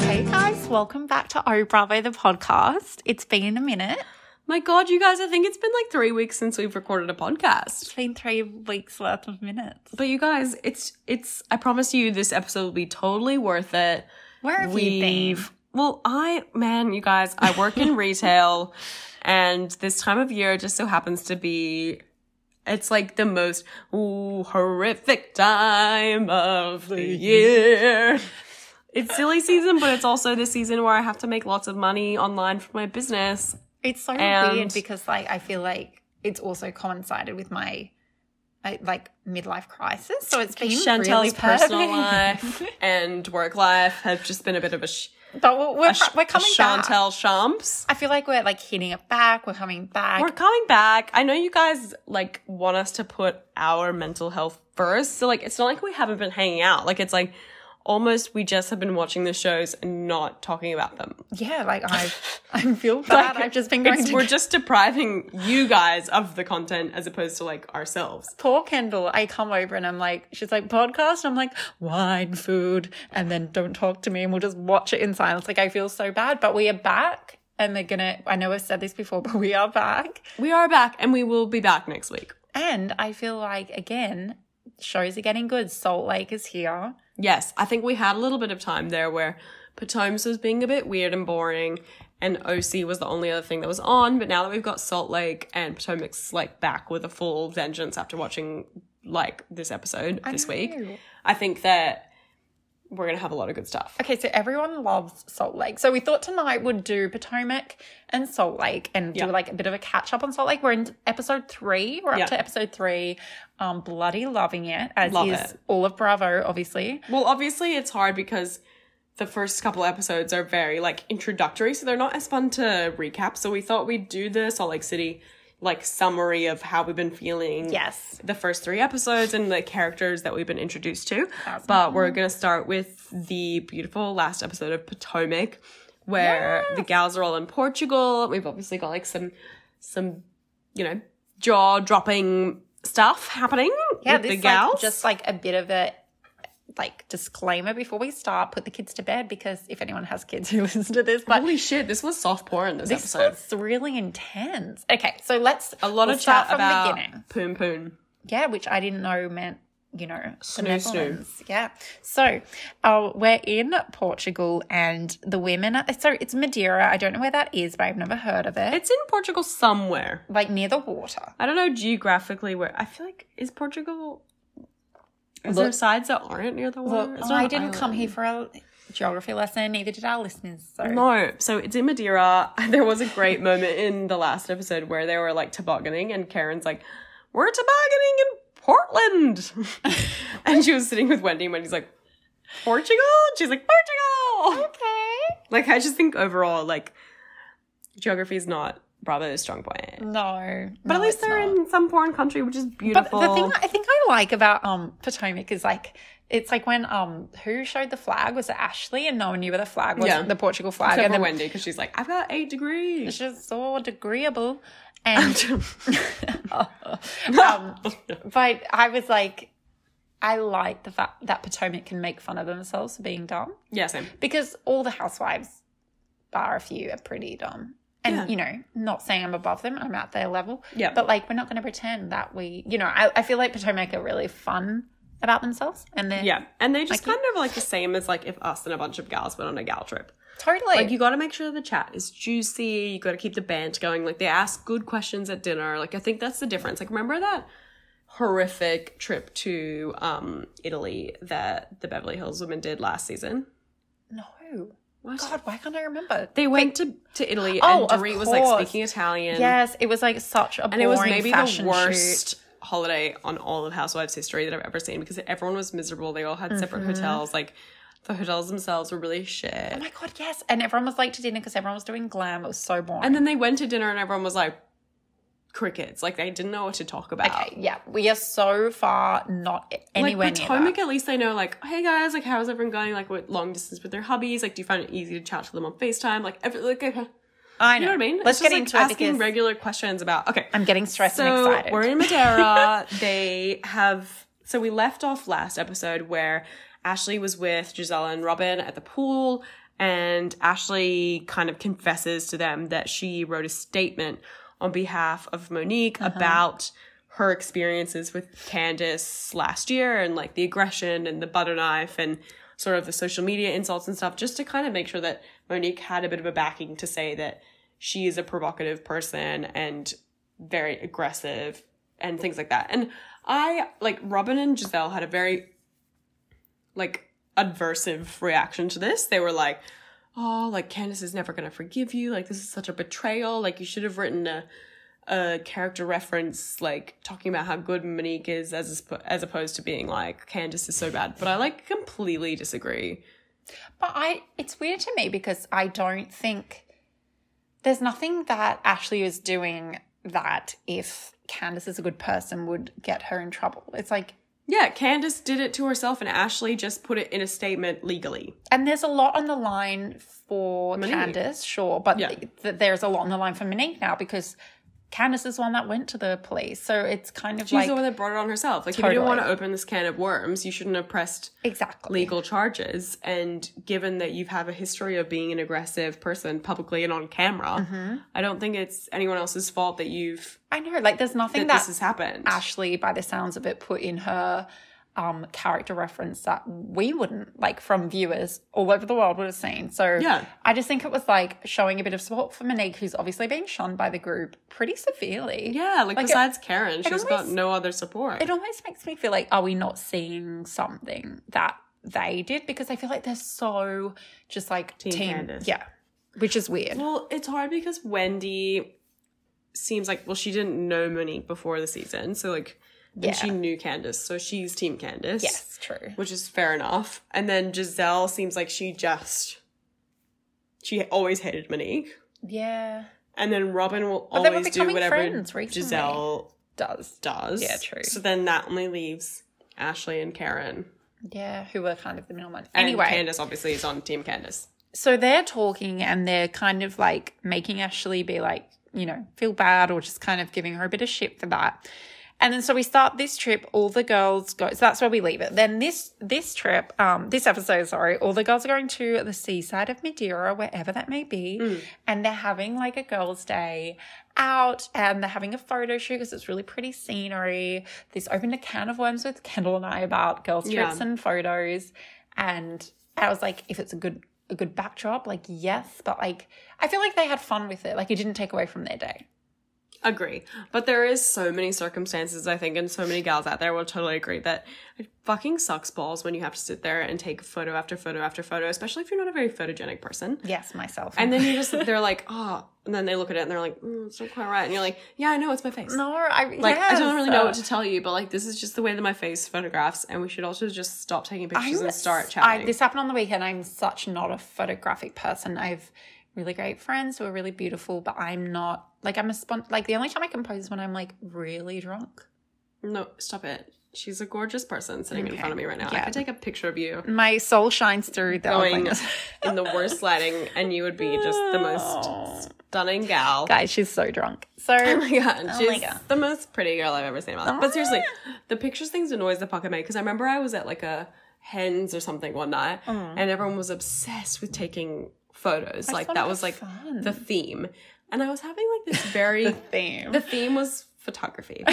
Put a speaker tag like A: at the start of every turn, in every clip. A: guys, welcome back to Oh Bravo, the podcast. It's been a minute.
B: My God, you guys, I think it's been like three weeks since we've recorded a podcast.
A: It's been three weeks worth of minutes.
B: But you guys, it's it's I promise you this episode will be totally worth it.
A: Where have you been?
B: Well, I man, you guys, I work in retail and this time of year just so happens to be it's like the most ooh, horrific time of the year. It's silly season, but it's also the season where I have to make lots of money online for my business.
A: It's so
B: And-
A: weird because, like, I feel like it's also coincided with my, I- like, midlife crisis. So it's been
B: Chantel's
A: really
B: personal
A: perfect.
B: life and work life have just been a bit of a, sh-
A: But we're, we're,
B: a sh-
A: we're coming
B: a
A: back.
B: Chantel Shumps.
A: I feel like we're like hitting it back. We're coming back.
B: We're coming back. I know you guys like want us to put our mental health first, so like it's not like we haven't been hanging out. Like it's like almost we just have been watching the shows and not talking about them.
A: yeah, like I, I feel bad. I've just been going
B: It's-
A: to
B: we're just depriving you guys of the content as opposed to like ourselves.
A: poor Kendall, I come over and I'm like, she's like, podcast? I'm like, wine, food, and then don't talk to me and we'll just watch it in silence. Like, I feel so bad, but we are back and they're gonna, I know I've said this before, but we are back.
B: We are back, and we will be back next week.
A: And I feel like, again, shows are getting good. Salt Lake is here.
B: Yes, I think we had a little bit of time there where Potomac was being a bit weird and boring, and OC was the only other thing that was on. But now that we've got Salt Lake and Potomac's like back with a full vengeance after watching like this episode
A: I
B: this week,
A: know.
B: I think that we're gonna have a lot of good stuff.
A: Okay, so everyone loves Salt Lake. So we thought tonight would do Potomac and Salt Lake and do
B: Yeah.
A: like a bit of a catch up on Salt Lake. We're in episode three. We're up
B: Yeah.
A: to episode three. Um, bloody loving it, as
B: Love
A: is
B: it.
A: all of Bravo, obviously.
B: Well, obviously it's hard because the first couple episodes are very like introductory, so they're not as fun to recap. So we thought we'd do the Salt Lake City like summary of how we've been feeling.
A: Yes.
B: the first three episodes and the characters that we've been introduced to.
A: Awesome.
B: But we're going to start with the beautiful last episode of Potomac, where the gals are all in Portugal. We've obviously got like some, some, you know, jaw dropping stuff happening
A: Yeah,
B: with the
A: this
B: gals.
A: like, just like a bit of a like disclaimer before we start. Put the kids to bed because if anyone has kids who listen to this, but
B: Holy shit, this was soft porn this,
A: this
B: episode.
A: was really intense. Okay, so let's
B: A lot
A: we'll
B: of chat
A: start from the
B: about
A: beginning.
B: poon poon.
A: Yeah, which I didn't know meant, you know, the
B: Snoo, snoo.
A: Netherlands. Yeah. So uh, we're in Portugal and the women, are, so it's Madeira. I don't know where that is, but I've never heard of it.
B: It's in Portugal somewhere.
A: like near the water.
B: I don't know geographically where. I feel like is Portugal. Is there
A: Look-
B: sides that aren't near the water?
A: Look,
B: It's not
A: I
B: an
A: didn't come
B: island.
A: here for a geography lesson, neither did our listeners. So.
B: No, so it's in Madeira. There was a great moment in the last episode where they were like tobogganing, and Karen's like, "We're tobogganing in Portland," and she was sitting with Wendy, and Wendy's like, "Portugal," and she's like, "Portugal."
A: Okay.
B: Like, I just think overall, like, geography is not Bravo's strong point,
A: No.
B: but at least they're in some foreign country, which is
A: But
B: beautiful.
A: the thing I think I like about um Potomac is like it's like when um who showed the flag was it Ashley and no one knew where the flag was
B: Yeah.
A: the Portugal flag
B: Except
A: and then
B: for Wendy, because she's like, "I've got eight
A: It's
B: degrees."
A: just so agreeable. And um, but I was like, I like the fact that Potomac can make fun of themselves for being dumb
B: yeah, same.
A: because all the housewives, bar a few, are pretty dumb. And
B: Yeah.
A: you know, not saying I'm above them, I'm at their level.
B: Yeah.
A: But like, we're not going to pretend that we, you know, I, I feel like Potomac are really fun about themselves, and they're
B: Yeah, and they just
A: Like,
B: kind of like the same as like if us and a bunch of gals went on a gal trip.
A: totally
B: Like you got to make sure the chat is juicy. You got to keep the band going. Like they ask good questions at dinner. Like I think that's the difference. Like remember that horrific trip to um Italy that the Beverly Hills women did last season.
A: no.
B: What?
A: God, why can't I remember?
B: They went to to Italy
A: Oh,
B: and
A: of
B: Dorit was like
A: course.
B: speaking Italian.
A: Yes, it was like such a boring
B: and it was maybe the
A: fashion shoot.
B: worst holiday on all of Housewives history that I've ever seen because everyone was miserable. They all had separate
A: Mm-hmm.
B: hotels. Like the hotels themselves were really shit.
A: Oh my god, yes! And everyone was late to dinner because everyone was doing glam. It was so boring.
B: And then they went to dinner and everyone was like, crickets. Like they didn't know what to talk about.
A: okay, yeah, we are so far not anywhere
B: like
A: near
B: Potomac,
A: that.
B: at least they know, like, hey guys, like, how's everyone going? Like, what long distance with their hubbies? Like, do you find it easy to chat to them on Facetime? Like, every, like, you know
A: I
B: what I mean?
A: Let's
B: It's just,
A: get
B: like,
A: into it
B: asking
A: because
B: regular questions about. Okay,
A: I'm getting stressed
B: so
A: and excited.
B: we're in Madeira. they have so we left off last episode where Ashley was with Giselle and Robin at the pool, And Ashley kind of confesses to them that she wrote a statement on behalf of Monique
A: Uh-huh.
B: about her experiences with Candace last year and like the aggression and the butter knife and sort of the social media insults and stuff, just to kind of make sure that Monique had a bit of a backing to say that she is a provocative person and very aggressive and things like that. And I like Robin and Giselle had a very like adversive reaction to this. They were like, "Oh, like Candace is never going to forgive you. Like this is such a betrayal. Like you should have written a a character reference like talking about how good Monique is as as opposed to being like Candace is so bad." But I like completely disagree.
A: But I, it's weird to me because I don't think there's nothing that Ashley is doing that if Candace is a good person would get her in trouble. It's like,
B: Yeah, Candace did it to herself and Ashley just put it in a statement legally.
A: and there's a lot on the line for
B: Monique.
A: Candace, sure, but
B: Yeah.
A: th- th- there's a lot on the line for Monique now because Candace is the one that went to the police. So it's kind of
B: She's
A: like,
B: the one that brought it on herself. Like if you didn't
A: Totally.
B: want to open this can of worms, you shouldn't have pressed
A: exactly.
B: legal charges. And given that you have a history of being an aggressive person publicly and on camera,
A: Mm-hmm.
B: I don't think it's anyone else's fault that you've
A: I know, like, there's nothing
B: that,
A: that
B: this has happened.
A: Ashley, by the sounds of it, put in her um, character reference that we wouldn't like from viewers all over the world would have seen. So
B: Yeah.
A: I just think it was like showing a bit of support for Monique, who's obviously being shunned by the group pretty severely.
B: yeah, like,
A: Like,
B: besides Karen, she's got
A: always-
B: no other support.
A: It almost makes me feel like, are we not seeing something that they did? Because I feel like they're so just like team.
B: Candace.
A: Yeah. Which is weird.
B: Well, it's hard because Wendy seems like well, she didn't know Monique before the season, so like
A: Yeah.
B: and she knew Candace, so she's Team Candace.
A: yes, true.
B: which is fair enough. And then Giselle seems like she just she always hated Monique.
A: Yeah.
B: And then Robin will
A: But they were
B: always do
A: becoming
B: whatever
A: friends recently.
B: Giselle
A: Does.
B: does.
A: Yeah, true.
B: So then that only leaves Ashley and Karen.
A: Yeah, who were kind of the middlemen.
B: And
A: Anyway.
B: Candace obviously is on Team Candace.
A: so they're talking and they're kind of like making Ashley be like, you know, feel bad or just kind of giving her a bit of shit for that. And then so we start this trip, all the girls go so that's where we leave it. Then this this trip, um, this episode, sorry, all the girls are going to the seaside of Madeira, wherever that may be,
B: Mm.
A: and they're having like a girls' day out and they're having a photo shoot because it's really pretty scenery. This opened a can of worms with Kendall and I about girls'
B: Yeah.
A: trips and photos. And I was like, if it's a good a good backdrop, like yes, but like I feel like they had fun with it. Like it didn't take away from their day.
B: Agree. But there is so many circumstances, I think, and so many gals out there will totally agree that it fucking sucks balls when you have to sit there and take photo after photo after photo, especially if you're not a very photogenic person.
A: Yes, myself.
B: And then you just, they're like, oh, and then they look at it and they're like, mm, it's not quite right. And you're like, yeah, I know, it's my face.
A: no, I
B: Like, I
A: yes.
B: don't really know what to tell you, but like, this is just the way that my face photographs, and we should also just stop taking pictures
A: I'm
B: and start
A: s-
B: chatting.
A: I, this happened on the weekend. I'm such not a photographic person. I have really great friends who are really beautiful, but I'm not like I'm a spon- like the only time I can pose is when I'm like really drunk.
B: no, stop it. She's a gorgeous person sitting in front of me right now. I
A: Yeah.
B: could take a picture of you
A: My soul shines through the
B: going
A: ugliness.
B: in the worst lighting, and you would be just the most stunning gal.
A: Guys, she's so drunk. So
B: Oh my god, she's
A: God. Oh,
B: the most pretty girl I've ever seen in my life. But seriously, the pictures things annoys the pocket made because I remember I was at like a hens or something one night,
A: Mm.
B: and everyone was obsessed with taking photos. like
A: thought it
B: that
A: was
B: was like
A: fun.
B: the theme, and I was having like this very
A: theme.
B: the theme was photography,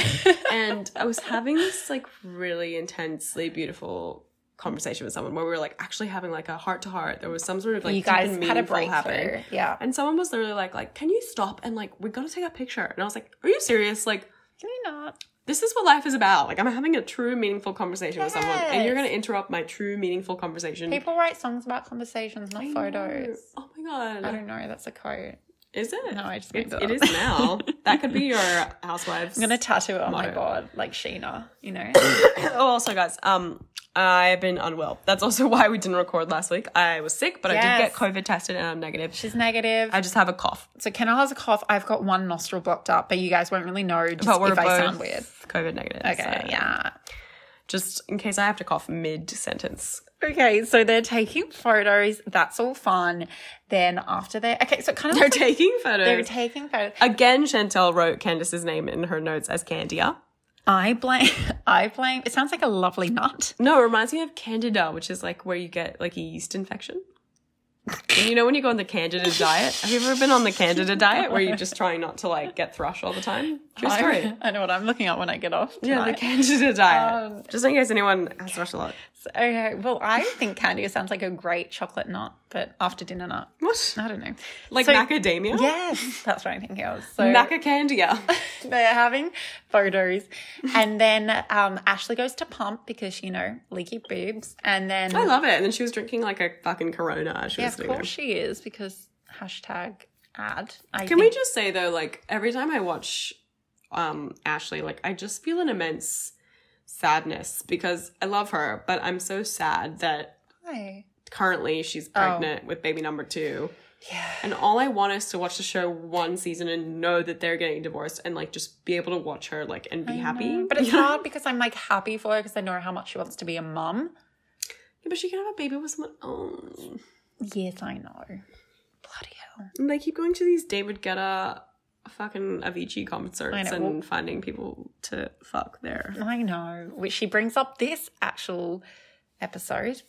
B: and I was having this like really intensely beautiful conversation with someone where we were like actually having like a heart to heart. There was some sort of like
A: you
B: deep
A: guys
B: and
A: had a
B: meaningful happening.
A: breakthrough. Yeah.
B: And someone was literally like, like, can you stop and like, we gotta take a picture. And I was like, are you serious? Like,
A: Can you not?
B: this is what life is about. Like, I'm having a true meaningful conversation with someone, and you're
A: Yes.
B: gonna interrupt my true meaningful conversation.
A: People write songs about conversations, not
B: I know.
A: photos.
B: Oh my
A: I
B: god,
A: don't know. That's a quote.
B: is it?
A: No, I just made
B: It's-
A: that
B: it is
A: up.
B: now. that could be your housewives.
A: I'm gonna tattoo it on my
B: Motto.
A: board, like Sheena. You know.
B: oh, also, guys, um, I've been unwell. That's also why we didn't record last week. I was sick, but I did
A: Yes.
B: get COVID tested, and I'm negative.
A: She's negative.
B: I just have a cough.
A: so Kendall has a cough. I've got one nostril blocked up, but you guys won't really know just
B: But we're
A: if
B: both
A: I sound weird.
B: COVID negative.
A: Okay.
B: so
A: Yeah.
B: Just in case I have to cough mid sentence.
A: Okay, so they're taking photos. That's all fun. Then after they, okay, so it kind of
B: They're
A: looks like
B: taking photos.
A: they're taking photos.
B: Again, Chantel wrote Candace's name in her notes as Candia.
A: I blame, I blame. It sounds like a lovely nut.
B: No, it reminds me of Candida, which is like where you get like a yeast infection. And you know when you go on the candida diet? Have you ever been on the candida diet where you're just trying not to like get thrush all the time? True story.
A: I, I know what I'm looking at when I get off.
B: Yeah, the
A: tonight.
B: candida diet.
A: Um,
B: just in case anyone has thrush a lot.
A: Okay, well, I think Candida sounds like a great chocolate nut, but after dinner nut.
B: What?
A: I don't know.
B: Like
A: So-
B: macadamia?
A: Yes, that's what I'm thinking of. So
B: Macacandia.
A: they're having photos, and then um, Ashley goes to pump because you know leaky boobs, and then
B: I love it. And then she was drinking like a fucking Corona. as She
A: yeah,
B: was
A: of
B: doing that.
A: course she is because hashtag ad. I
B: Can we just say though, like every time I watch um Ashley, like I just feel an immense sadness because I love her, but I'm so sad that
A: Why?
B: currently she's
A: Oh.
B: pregnant with baby number two.
A: Yeah.
B: And all I want is to watch the show one season and know that they're getting divorced and like just be able to watch her like and be
A: I
B: happy.
A: know, But it's
B: You know?
A: hard because I'm like happy for her because I know how much she wants to be a mum.
B: Yeah, but she can have a baby with someone else.
A: Yes, I know. Bloody hell.
B: And they keep going to these David Guetta fucking Avicii concerts
A: know.
B: and finding people to fuck there.
A: I know. Which she brings up this actual episode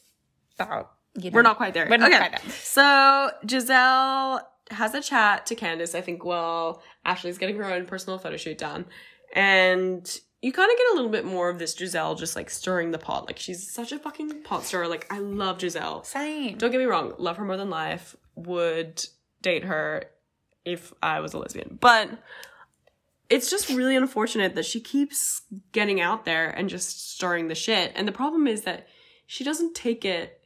A: about you know.
B: We're not quite there.
A: We're not
B: okay.
A: quite there.
B: So Giselle has a chat to Candace. I think, well, Ashley's getting her own personal photo shoot done. And you kind of get a little bit more of this Giselle just like stirring the pot. Like she's such a fucking pot stirrer. Like I love Giselle.
A: Same.
B: Don't get me wrong, love her more than life. Would date her if I was a lesbian. But it's just really unfortunate that she keeps getting out there and just stirring the shit. And the problem is that she doesn't take it.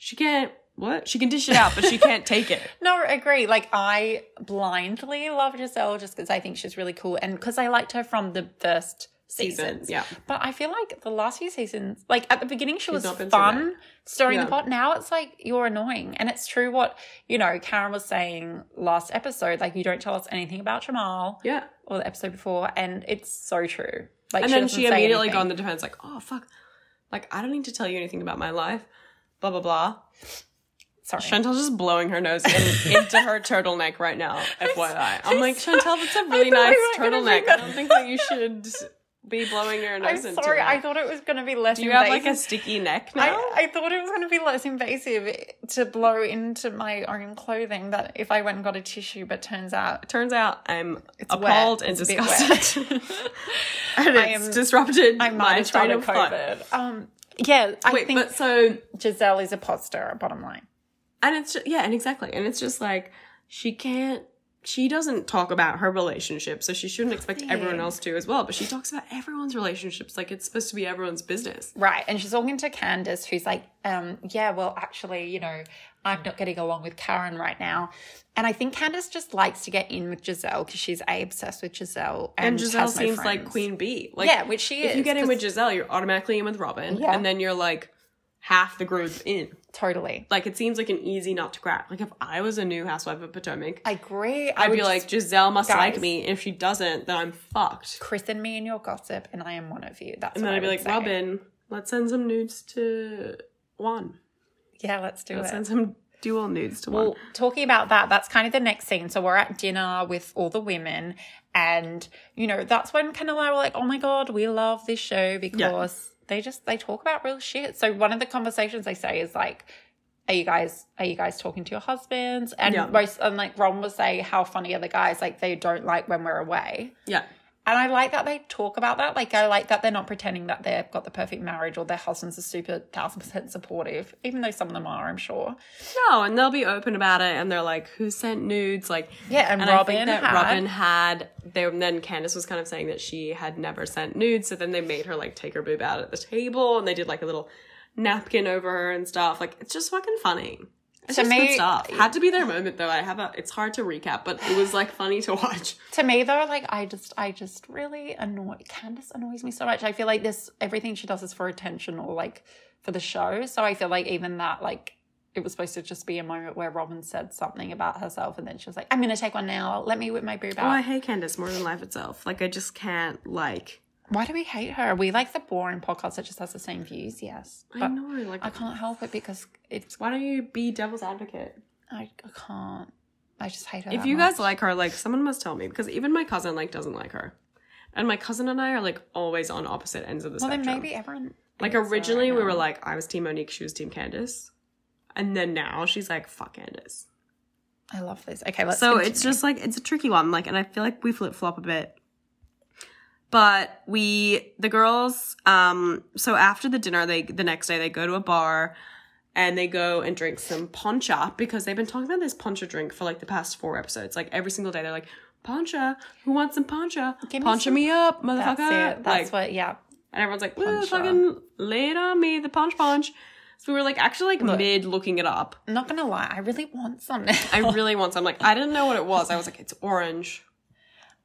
B: She can't what? She can dish it out, but she can't take it.
A: No, I agree. Like I blindly love Giselle just because I think she's really cool and because I liked her from the first
B: Season.
A: seasons.
B: Yeah.
A: But I feel like the last few seasons, like at the beginning, she was
B: not been so
A: fun stirring
B: Yeah.
A: the pot. Now it's like you're annoying, and it's true what you know. Karen was saying last episode, like you don't tell us anything about Jamal
B: Yeah.
A: or the episode before, and it's so true. Like,
B: and then
A: doesn't
B: she
A: say
B: immediately
A: anything.
B: got on the defense, like, oh fuck. Like, I don't need to tell you anything about my life. Blah blah blah.
A: Sorry,
B: Chantel's just blowing her nose in, into her turtleneck right now, FYI. I'm like, Chantel, that's a really
A: I thought
B: nice
A: we weren't gonna do
B: turtleneck. I
A: that.
B: don't think that you should be blowing your
A: I'm
B: nose into
A: sorry.
B: it.
A: I thought it was going to be less.
B: Do you have
A: invasive.
B: like a sticky neck now?
A: I, I thought it was going to be less invasive to blow into my own clothing that if I went and got a tissue, but turns out
B: Turns out I'm
A: wet.
B: appalled and
A: It's a bit wet.
B: disgusted. and
A: I
B: it's
A: am-
B: disrupted
A: I
B: my
A: might have
B: train
A: started
B: of thought.
A: COVID. Um, yeah, I
B: Wait,
A: think
B: but so
A: Giselle is a pot stirrer, bottom line.
B: and it's just, yeah and exactly and it's just like she can't she doesn't talk about her relationship so she shouldn't expect everyone
A: Nothing.
B: else to as well but she talks about everyone's relationships like it's supposed to be everyone's business
A: Right. And she's talking to Candace, who's like, um, yeah, well, actually, you know, I'm not getting along with Karen right now. And I think Candace just likes to get in with Giselle because she's A, obsessed with Giselle. And,
B: and giselle
A: has no
B: seems like
A: friends.
B: queen bee like
A: yeah, which she is.
B: if you get in
A: 'cause-
B: with giselle you're automatically in with robin
A: Yeah.
B: and then you're like half the group in
A: Totally.
B: like it seems like an easy nut to crack like if i was a new housewife of potomac
A: I agree. I
B: i'd
A: would
B: be
A: just
B: like giselle must like
A: Guys.
B: me if she doesn't then i'm fucked
A: Kristen me in your gossip, and I am one of you. That's
B: and
A: what
B: then
A: I
B: i'd be
A: would
B: like
A: say.
B: robin let's send some nudes to juan
A: Yeah, let's do
B: Let's
A: it.
B: send some dual nudes to
A: Well,
B: one.
A: talking about that, that's kind of the next scene. So we're at dinner with all the women, and you know that's when Ken and I were like, "Oh my god, we love this show because they just they talk about real shit." So one of the conversations they say is like, "Are you guys are you guys talking to your husbands?" And
B: Yeah.
A: most and like Ron was saying, "How funny are the guys? Like they don't like when we're away."
B: Yeah.
A: And I like that they talk about that. Like, I like that they're not pretending that they've got the perfect marriage or their husbands are super thousand percent supportive, even though some of them are, I'm sure.
B: No, and they'll be open about it and they're like, who sent nudes? Like,
A: Yeah, and,
B: and
A: Robin,
B: I think that
A: had-
B: Robin had, they, and then Candace was kind of saying that she had never sent nudes. So then they made her like take her boob out at the table and they did like a little napkin over her and stuff. Like, it's just fucking funny. It's
A: To
B: just good
A: me-
B: stuff. Had to be their moment though. I have a, it's hard to recap, but it was like funny to watch.
A: to me though, like I just, I just really annoy. Candace annoys me so much. I feel like this everything she does is for attention or like for the show. So I feel like even that, like it was supposed to just be a moment where Robin said something about herself, and then she was like, "I'm gonna take one now. Let me whip my boob out."
B: Oh, I hate Candace more than life itself. Like, I just can't, like,
A: Why do we hate her? We like the boring podcast that just has the same views. Yes,
B: I
A: but
B: know, like,
A: I can't help it because it's
B: why don't you be devil's advocate?
A: I can't. I just hate her.
B: If
A: that
B: you
A: much.
B: guys like her, like someone must tell me because even my cousin like doesn't like her, and my cousin and I are like always on opposite ends of the
A: well, then
B: spectrum.
A: maybe everyone.
B: like
A: hates her
B: originally
A: right
B: we were
A: now.
B: like I was team Monique, she was team Candace, and then now she's like, fuck Candace.
A: I love this. Okay, let's.
B: so
A: continue.
B: it's just like it's a tricky one like and i feel like we flip-flop a bit but we the girls um so after the dinner they the next day they go to a bar and they go and drink some poncha because they've been talking about this poncha drink for like the past four episodes like every single day they're like poncha who wants some poncha
A: Give me
B: poncha
A: some-
B: me, up motherfucker
A: that's it. That's
B: Like,
A: what. Yeah.
B: and everyone's like "Well,
A: Poncha.
B: fucking lay it on me the punch punch so we were like actually like
A: Look.
B: mid looking it up
A: I'm not gonna lie. I really want some. Now.
B: I really want some. Like I didn't know what it was. I was like, it's orange,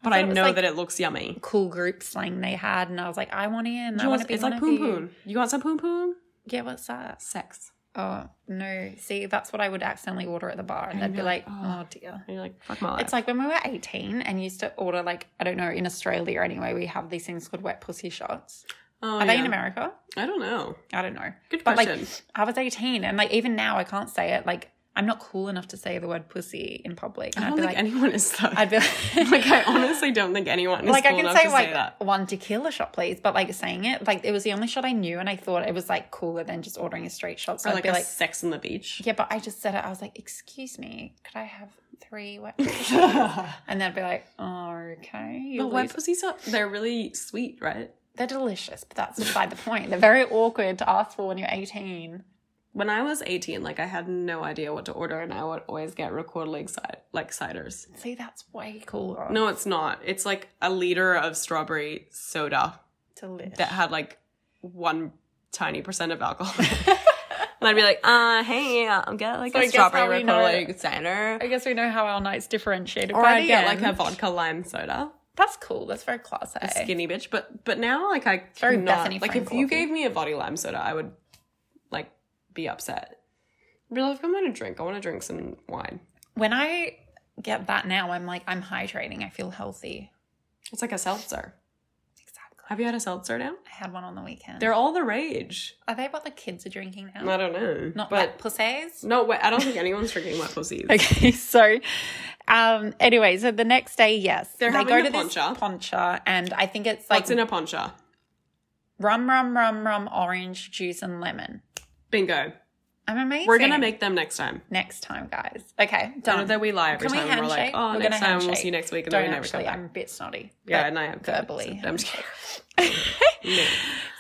B: but
A: I
B: I,
A: thought it was
B: know
A: like-
B: that it looks yummy.
A: cool group slang they had, and I was like, I want in.
B: Do
A: I want
B: you want,
A: to be
B: it's
A: one
B: like
A: of
B: poon
A: you.
B: poon. You want some poon poon?
A: Yeah, what's that?
B: Sex.
A: Oh no! See, that's what I would accidentally order at the bar, and they'd be
B: know.
A: like,
B: Oh.
A: "Oh dear."
B: And you're like, fuck my life.
A: It's like when we were eighteen and used to order like I don't know in Australia anyway. We have these things called wet pussy shots.
B: oh,
A: Are they
B: yeah.
A: in America?
B: I don't know.
A: I don't know.
B: Good
A: But like
B: question.
A: I was eighteen, and like even now I can't say it. Like I'm not cool enough to say the word pussy in public. And
B: I
A: I'd
B: don't
A: be
B: think
A: like,
B: anyone is though.
A: I'd be
B: like I honestly don't think anyone is
A: like
B: cool
A: I can
B: enough
A: say
B: to
A: like
B: say that.
A: one tequila shot, please, but like saying it, like it was the only shot I knew, and I thought it was like cooler than just ordering a straight shot. So
B: Or
A: I'd
B: like
A: be
B: a
A: like,
B: sex on the beach.
A: yeah, but I just said it. I was like, excuse me, could I have three wet? and they'd be like, oh, okay, you
B: But wet
A: lose-
B: pussies are they're really sweet, right?
A: they're delicious, but that's beside the point. They're very awkward to ask for when you're 18.
B: When I was 18, like I had no idea what to order and I would always get record league cider, like ciders.
A: See, that's way cooler.
B: No, it's not. It's like a liter of strawberry soda
A: delish.
B: that had like one tiny percent of alcohol. and I'd be like, uh, hey, I'm getting like
A: So I
B: a
A: guess how we
B: strawberry
A: know-
B: Republic cider.
A: I guess we know how our nights differentiated.
B: Or
A: by
B: I'd
A: the
B: get like a
A: end.
B: vodka lime soda.
A: That's cool. That's very classy.
B: A skinny bitch. But but now like I
A: very
B: cannot
A: Bethany
B: like if
A: Frankel
B: you
A: of you.
B: gave me a vodka lime soda, I would like be upset. But like, I'm gonna drink. I wanna drink some wine.
A: When I get that now, I'm like, I'm hydrating. I feel healthy.
B: It's like a seltzer.
A: Exactly.
B: Have you had a seltzer now?
A: I had one on the weekend.
B: They're all the rage.
A: Are they what the kids are drinking now?
B: I don't know.
A: Not
B: but
A: wet pussies?
B: No, wait, I don't think anyone's drinking wet pussies.
A: Okay, so um anyway, so the next day, yes.
B: They're
A: they
B: having
A: go
B: the
A: to
B: poncha.
A: this poncha and I think it's like
B: What's in a poncha?
A: rum, rum, rum, rum, orange juice and lemon.
B: Bingo.
A: I'm amazing.
B: We're gonna make them next time.
A: next time, guys. Okay,
B: Done.
A: done.
B: That we lie every
A: Can we
B: time. and we're like,
A: handshake?
B: oh,
A: We're
B: next
A: gonna
B: time we'll
A: handshake.
B: see you next week, and
A: Don't
B: then we never
A: actually,
B: come back.
A: I'm a bit snotty.
B: yeah,
A: but
B: and I have
A: verbally.
B: I'm just kidding.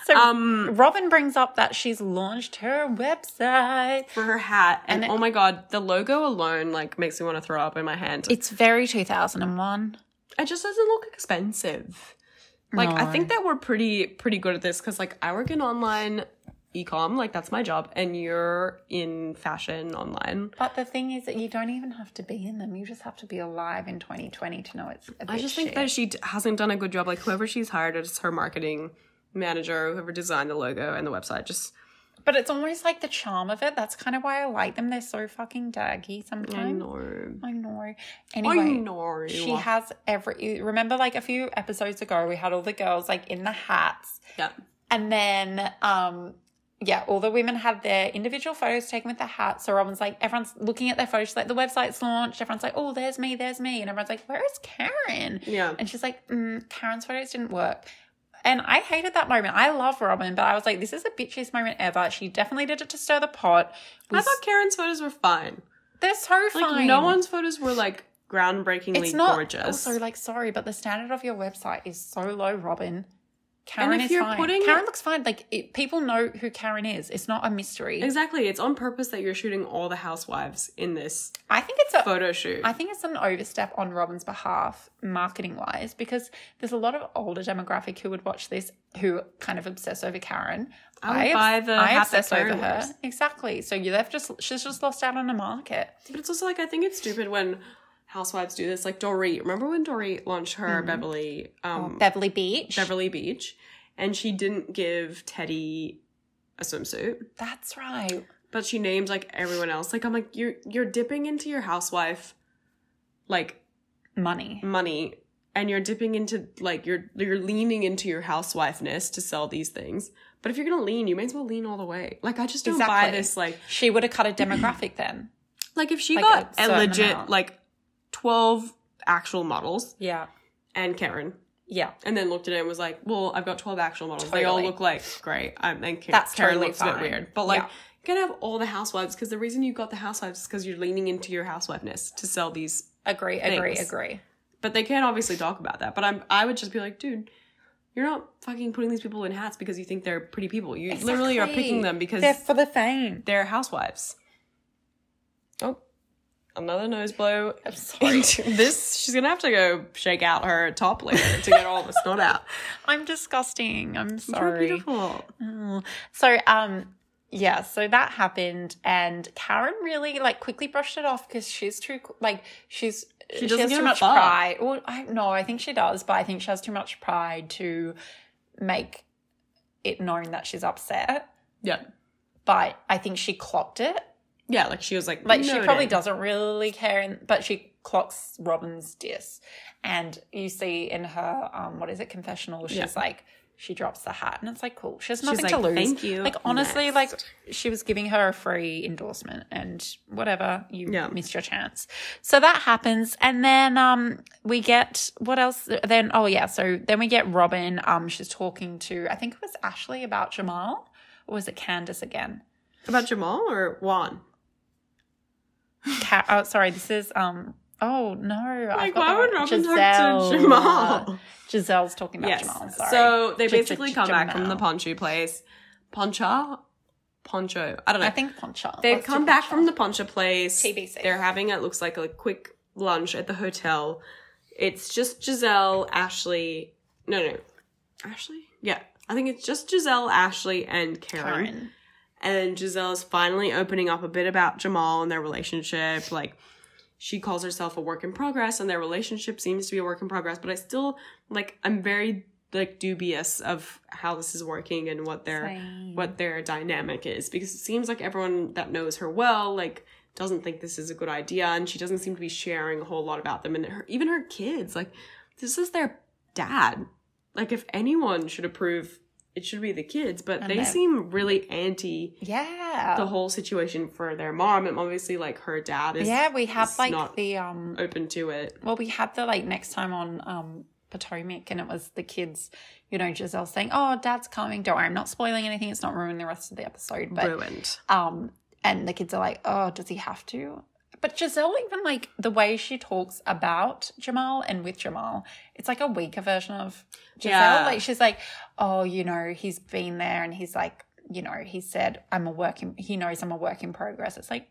A: So
B: Um,
A: Robin brings up that she's launched her website.
B: for her hat, and,
A: And it-
B: oh my god, the logo alone like makes me want to throw up in my hand. It,
A: It's very 2001.
B: just doesn't look expensive. Like I
A: No.
B: think that we're pretty pretty good at this because like I work in online ecom, like that's my job, and you're in fashion online.
A: But the thing is that you don't even have to be in them. You just have to be alive in 2020 to know it's. a
B: I
A: bit
B: just think
A: shit.
B: that she d- hasn't done a good job. Like whoever she's hired as her marketing manager, whoever designed the logo and the website, just
A: But it's almost like the charm of it. That's kind of why I like them. They're so fucking daggy
B: I
A: sometimes.
B: know.
A: I know.
B: I
A: Anyway,
B: know.
A: she has every. you Remember, like a few episodes ago, we had all the girls like in the hats,
B: yeah.
A: and then um. Yeah, all the women had their individual photos taken with their hats. So Robin's like, everyone's looking at their photos. She's like, the website's launched. Everyone's like, oh, there's me, there's me. And everyone's like, where's Karen?
B: Yeah.
A: And she's like, mm, Karen's photos didn't work. And I hated that moment. I love Robin, but I was like, this is the bitchiest moment ever. She definitely did it to stir the pot. We
B: I thought Karen's photos were fine.
A: s- they're so
B: Like
A: fine.
B: no one's photos were like groundbreakingly
A: It's not
B: gorgeous.
A: also like sorry, but the standard of your website is so low, Robin.
B: And
A: Karen
B: if
A: is
B: you're
A: fine.
B: putting-
A: Karen looks fine. Like it, people know who Karen is. It's not a mystery.
B: exactly. It's on purpose that you're shooting all the housewives in this
A: I think it's a
B: photo shoot.
A: I think it's an overstep on Robin's behalf, marketing wise, because there's a lot of older demographic who would watch this who kind of obsess over Karen.
B: I would buy the
A: I
B: hat
A: obsess
B: that Karen
A: over her.
B: wears.
A: Exactly. So you have just she's just lost out on a market.
B: But it's also like I think it's stupid when housewives do this. Like Dory, remember when Dory launched her
A: Mm-hmm.
B: Beverly um,
A: Beverly Beach.
B: Beverly Beach, and she didn't give Teddy a swimsuit,
A: That's right.
B: but she named like everyone else. Like I'm like you're you're dipping into your housewife like
A: Money.
B: money, and you're dipping into like you're you're leaning into your housewifeness to sell these things. But if you're gonna lean, you may as well lean all the way. Like I just don't buy
A: Exactly.
B: this. Like
A: She would have cut a demographic then.
B: like if she
A: Like,
B: got
A: a
B: a
A: certain
B: legit
A: amount.
B: like twelve actual models
A: Yeah.
B: and Karen.
A: Yeah.
B: and then looked at it and was like, "Well, I've got twelve actual models. They all
A: Totally.
B: look like great." Um, and Karen,
A: That's
B: Karen
A: totally
B: looks a bit
A: fine.
B: weird, but like
A: Yeah.
B: You're gonna have all the housewives because the reason you got the housewives is because you're leaning into your housewifeness to sell these.
A: Agree, agree,
B: Thanks.
A: agree.
B: But they can't obviously talk about that. But I'm I would just be like, dude, you're not fucking putting these people in hats because you think they're pretty people. You literally are
A: Exactly.
B: picking them because
A: they're
B: they're,
A: for the fame.
B: housewives. Oh, another nose blow.
A: I'm sorry.
B: this she's gonna have to go shake out her top later to get all the snot out.
A: I'm disgusting. I'm
B: You're
A: sorry.
B: beautiful.
A: Mm. So um yeah, so that happened and Karen really like quickly brushed it off because she's too like she's she,
B: doesn't
A: has
B: give
A: too
B: a
A: much
B: fuck.
A: pride. Well, I no, I think she does, but I think she has too much pride to make it known that she's upset.
B: Yeah.
A: But I think she clocked it.
B: Yeah, like she was like,
A: Like she
B: "Noted."
A: probably doesn't really care, and, but she clocks Robin's diss, and you see in her um, what is it confessional? She's
B: Yeah.
A: like she drops the hat, and it's like cool. She has
B: She's
A: nothing
B: like,
A: to lose.
B: "Thank you.
A: Like honestly,
B: Next."
A: like she was giving her a free endorsement, and whatever you
B: Yeah.
A: missed your chance. So that happens, and then um we get what else? Then oh yeah, so then we get Robin. Um, she's talking to I think it was Ashley about Jamal, or was it Candace again?
B: About Jamal or Juan?
A: Ca- oh, sorry. This is um. Oh no! I've
B: Like,
A: got
B: why
A: the
B: would
A: wrong-
B: Robin talk to Jamal?
A: Giselle's talking about
B: Yes.
A: Jamal. Sorry.
B: So they
A: J- j-
B: basically come back from the
A: Jamal.
B: poncho place. Poncha? Poncho. I don't know.
A: I think Poncha.
B: They've
A: Let's
B: come
A: do
B: back
A: Poncha.
B: from the poncha place.
A: TBC.
B: They're having, it looks like, a quick lunch at the hotel. It's just Giselle, Ashley. No, no. Ashley? Yeah. I think it's just Giselle, Ashley, and Karen.
A: Karen.
B: And Giselle's finally opening up a bit about Jamal and their relationship. Like, she calls herself a work in progress, and their relationship seems to be a work in progress. But I still, like, I'm very, like, dubious of how this is working and what their
A: Same.
B: what their dynamic is because it seems like everyone that knows her well like doesn't think this is a good idea and she doesn't seem to be sharing a whole lot about them and her, even her kids like this is their dad like if anyone should approve it should be the kids but
A: And
B: they
A: their-
B: seem really anti
A: Yeah.
B: the whole situation for their mom and obviously like her dad is
A: yeah, we had
B: it's
A: like
B: not-
A: the um.
B: open to it
A: Well, we had the like next time on um Potomac, and it was the kids. You know, Giselle saying, "Oh, Dad's coming. Don't worry, I'm not spoiling anything. It's not ruining the rest of the episode." But
B: ruined
A: Um, and the kids are like, oh, does he have to? But Giselle, even like the way she talks about Jamal and with Jamal, it's like a weaker version of Giselle.
B: Yeah.
A: Like she's like, oh, you know, he's been there and he's like, you know, he said, I'm a work in, he knows I'm a work in progress. It's like,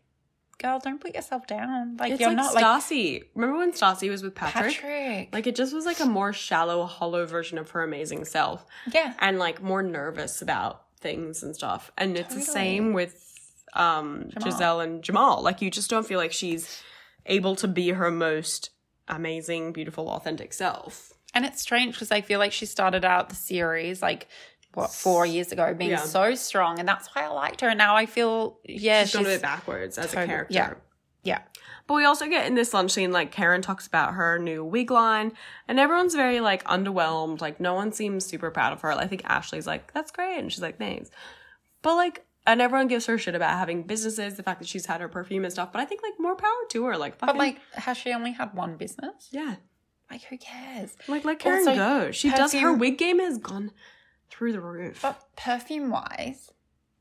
A: girl, don't put yourself down. Like
B: it's
A: you're
B: like
A: not like
B: Stassi remember when Stassi was with
A: Patrick.
B: like it just was like a more shallow hollow version of her amazing self
A: yeah.
B: and like more nervous about things and stuff. And it's the
A: Totally.
B: same with um
A: Jamal.
B: Giselle and Jamal. Like you just don't feel like she's able to be her most amazing, beautiful, authentic self.
A: And it's strange because I feel like she started out the series like what four years ago being
B: Yeah.
A: so strong, and that's why I liked her. And now I feel yeah,
B: She's
A: she's,
B: gone a bit backwards as
A: totally-
B: a character.
A: yeah. yeah,
B: But we also get in this lunch scene, like Karen talks about her new wig line, and everyone's very like underwhelmed. Like no one seems super proud of her. I think Ashley's like, "That's great," and she's like, "Thanks," but like, and everyone gives her shit about having businesses, the fact that she's had her perfume and stuff. But I think like more power to her. Like,
A: But
B: fucking,
A: like, has she only had one business?
B: yeah,
A: Like, who cares?
B: like let Karen
A: Also,
B: go. She does her
A: perfume-
B: wig game has gone through the roof.
A: But perfume wise,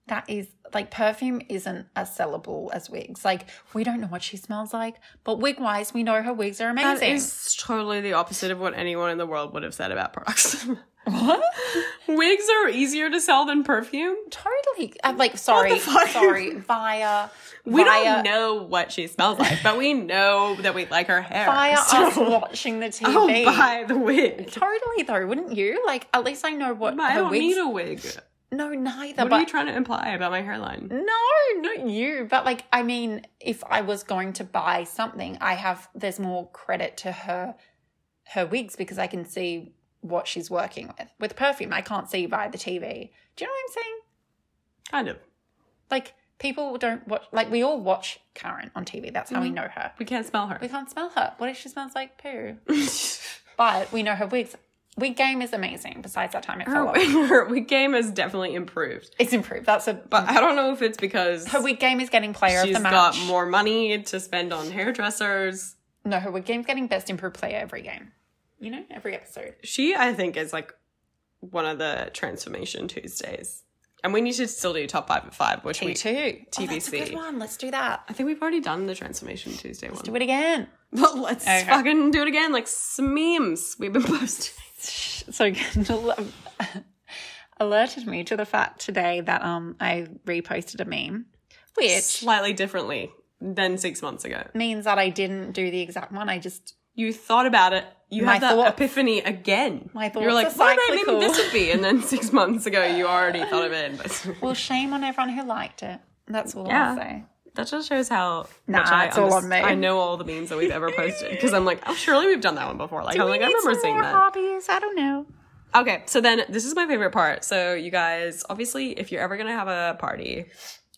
A: that is like perfume isn't as sellable as wigs. Like, we don't know what she smells like, but wig wise, we know her wigs are amazing.
B: that is totally the opposite of what anyone in the world would have said about products.
A: what?
B: Wigs are easier to sell than perfume.
A: Totally. I'm like, sorry,
B: fuck?
A: sorry, via.
B: We
A: via,
B: don't know what she smells like, but we know that we like her hair.
A: Via
B: so-
A: us watching the TV.
B: I'll buy the wig.
A: Totally though, wouldn't you? Like, at least I know what
B: But I
A: her
B: don't
A: wigs.
B: need a wig. What
A: no, neither.
B: are
A: but
B: you trying to imply about my hairline?
A: No, not you. But like, I mean, if I was going to buy something, I have there's more credit to her her wigs because I can see what she's working with. With perfume, I can't see by the TV. Do you know what I'm saying?
B: Kind of.
A: Like people don't watch like we all watch Karen on TV. That's how
B: Mm-hmm.
A: we know her.
B: We can't smell her.
A: We can't smell her. What if she smells like poo? But we know her wigs. Wig game is amazing. Besides that time it
B: her,
A: fell off.
B: wig- her wig game has definitely improved.
A: It's improved. That's a
B: But I don't know if it's because
A: her wig game is getting player
B: she's
A: of the match.
B: got more money to spend on hairdressers.
A: No, her wig game's getting best improved player every game. You know, every episode.
B: She, I think, is like one of the Transformation Tuesdays. And we need to still do top five at five, which we
A: T2. Oh, that's a
B: TBC.
A: good one. Let's do that.
B: I think we've already done the Transformation Tuesday one.
A: Do it again.
B: But let's fucking do it again, like some memes we've been posting.
A: So Kendall um, alerted me to the fact today that um I reposted a meme, which
B: Slightly differently than six months ago.
A: means that I didn't do the exact one. I just
B: You thought about it. You
A: My
B: had that
A: thought-
B: epiphany again.
A: My
B: You're
A: thoughts
B: like,
A: are
B: what about maybe
A: cyclical."
B: this would be? And then six months ago, you already thought of it. But
A: well shame on everyone who liked it. That's all
B: Yeah.
A: I'll say.
B: that just shows how
A: Nah,
B: much I,
A: it's all on
B: underst-
A: me.
B: I know all the memes that we've ever posted because I'm like, oh, surely we've done that one before. Like, I'm
A: We
B: like, I
A: need
B: remember
A: some
B: seeing
A: more
B: that.
A: hobbies. I don't know.
B: Okay, so then this is my favorite part. So you guys, obviously, if you're ever gonna have a party,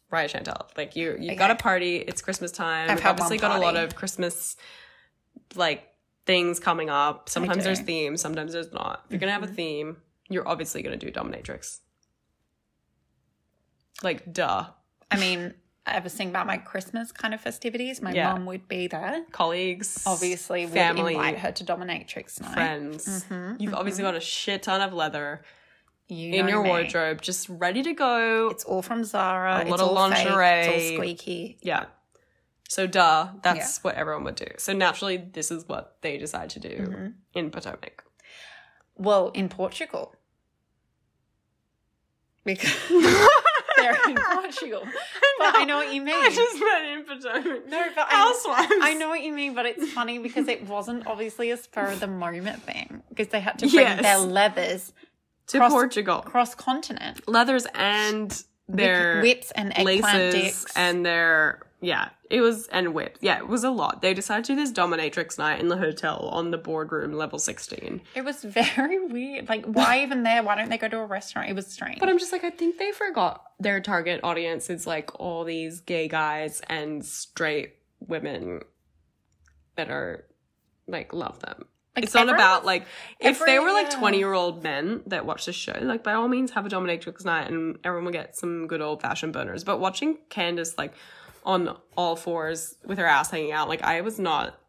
B: right, Chantel? Like you, you got a party. It's Christmas time.
A: I've
B: We've
A: had
B: obviously
A: one
B: got a lot
A: party.
B: of Christmas, like things coming up. Sometimes
A: do.
B: there's themes, sometimes there's not. If you're gonna
A: Mm-hmm.
B: have a theme, you're obviously gonna do dominatrix. Like, duh.
A: I mean, I was thinking about my Christmas kind of festivities. My
B: Yeah.
A: mum would be there.
B: Colleagues,
A: Obviously, Mm-hmm. would
B: family,
A: invite her to Dominatrix night.
B: friends. You've obviously got a shit ton of leather
A: You
B: Mm-hmm. in
A: know
B: your
A: me.
B: wardrobe, just ready to go.
A: It's all from Zara.
B: A
A: it's
B: little
A: all fake, it's
B: lingerie.
A: all squeaky.
B: Yeah. So duh, that's what everyone would do. So naturally, this is what they decide to do
A: Mm-hmm.
B: in Potomac.
A: Well, in Portugal. Because they're in Portugal. But I know what you mean.
B: I just meant in Potomac.
A: No, but I-
B: housewives.
A: I know what you mean, but it's funny because it wasn't obviously a spur of the moment thing because they had to bring
B: Yes.
A: their leathers
B: to
A: cross-
B: Portugal,
A: cross continent.
B: leathers and their
A: whips and eggplant
B: laces
A: dicks.
B: and their yeah, it was and whips. Yeah, it was a lot. They decided to do this dominatrix night in the hotel on the boardroom level sixteen.
A: it was very weird. Like, why even there? Why don't they go to a restaurant? It was strange.
B: But I'm just like, I think they forgot their target audience is like all these gay guys and straight women that are like love them.
A: Like,
B: it's not
A: everyone-
B: about like if they
A: every-
B: were like
A: yeah.
B: 20 year old men that watch this show, like by all means have a dominatrix night and everyone will get some good old fashioned boners. But watching Candace like on all fours with her ass hanging out, like I was not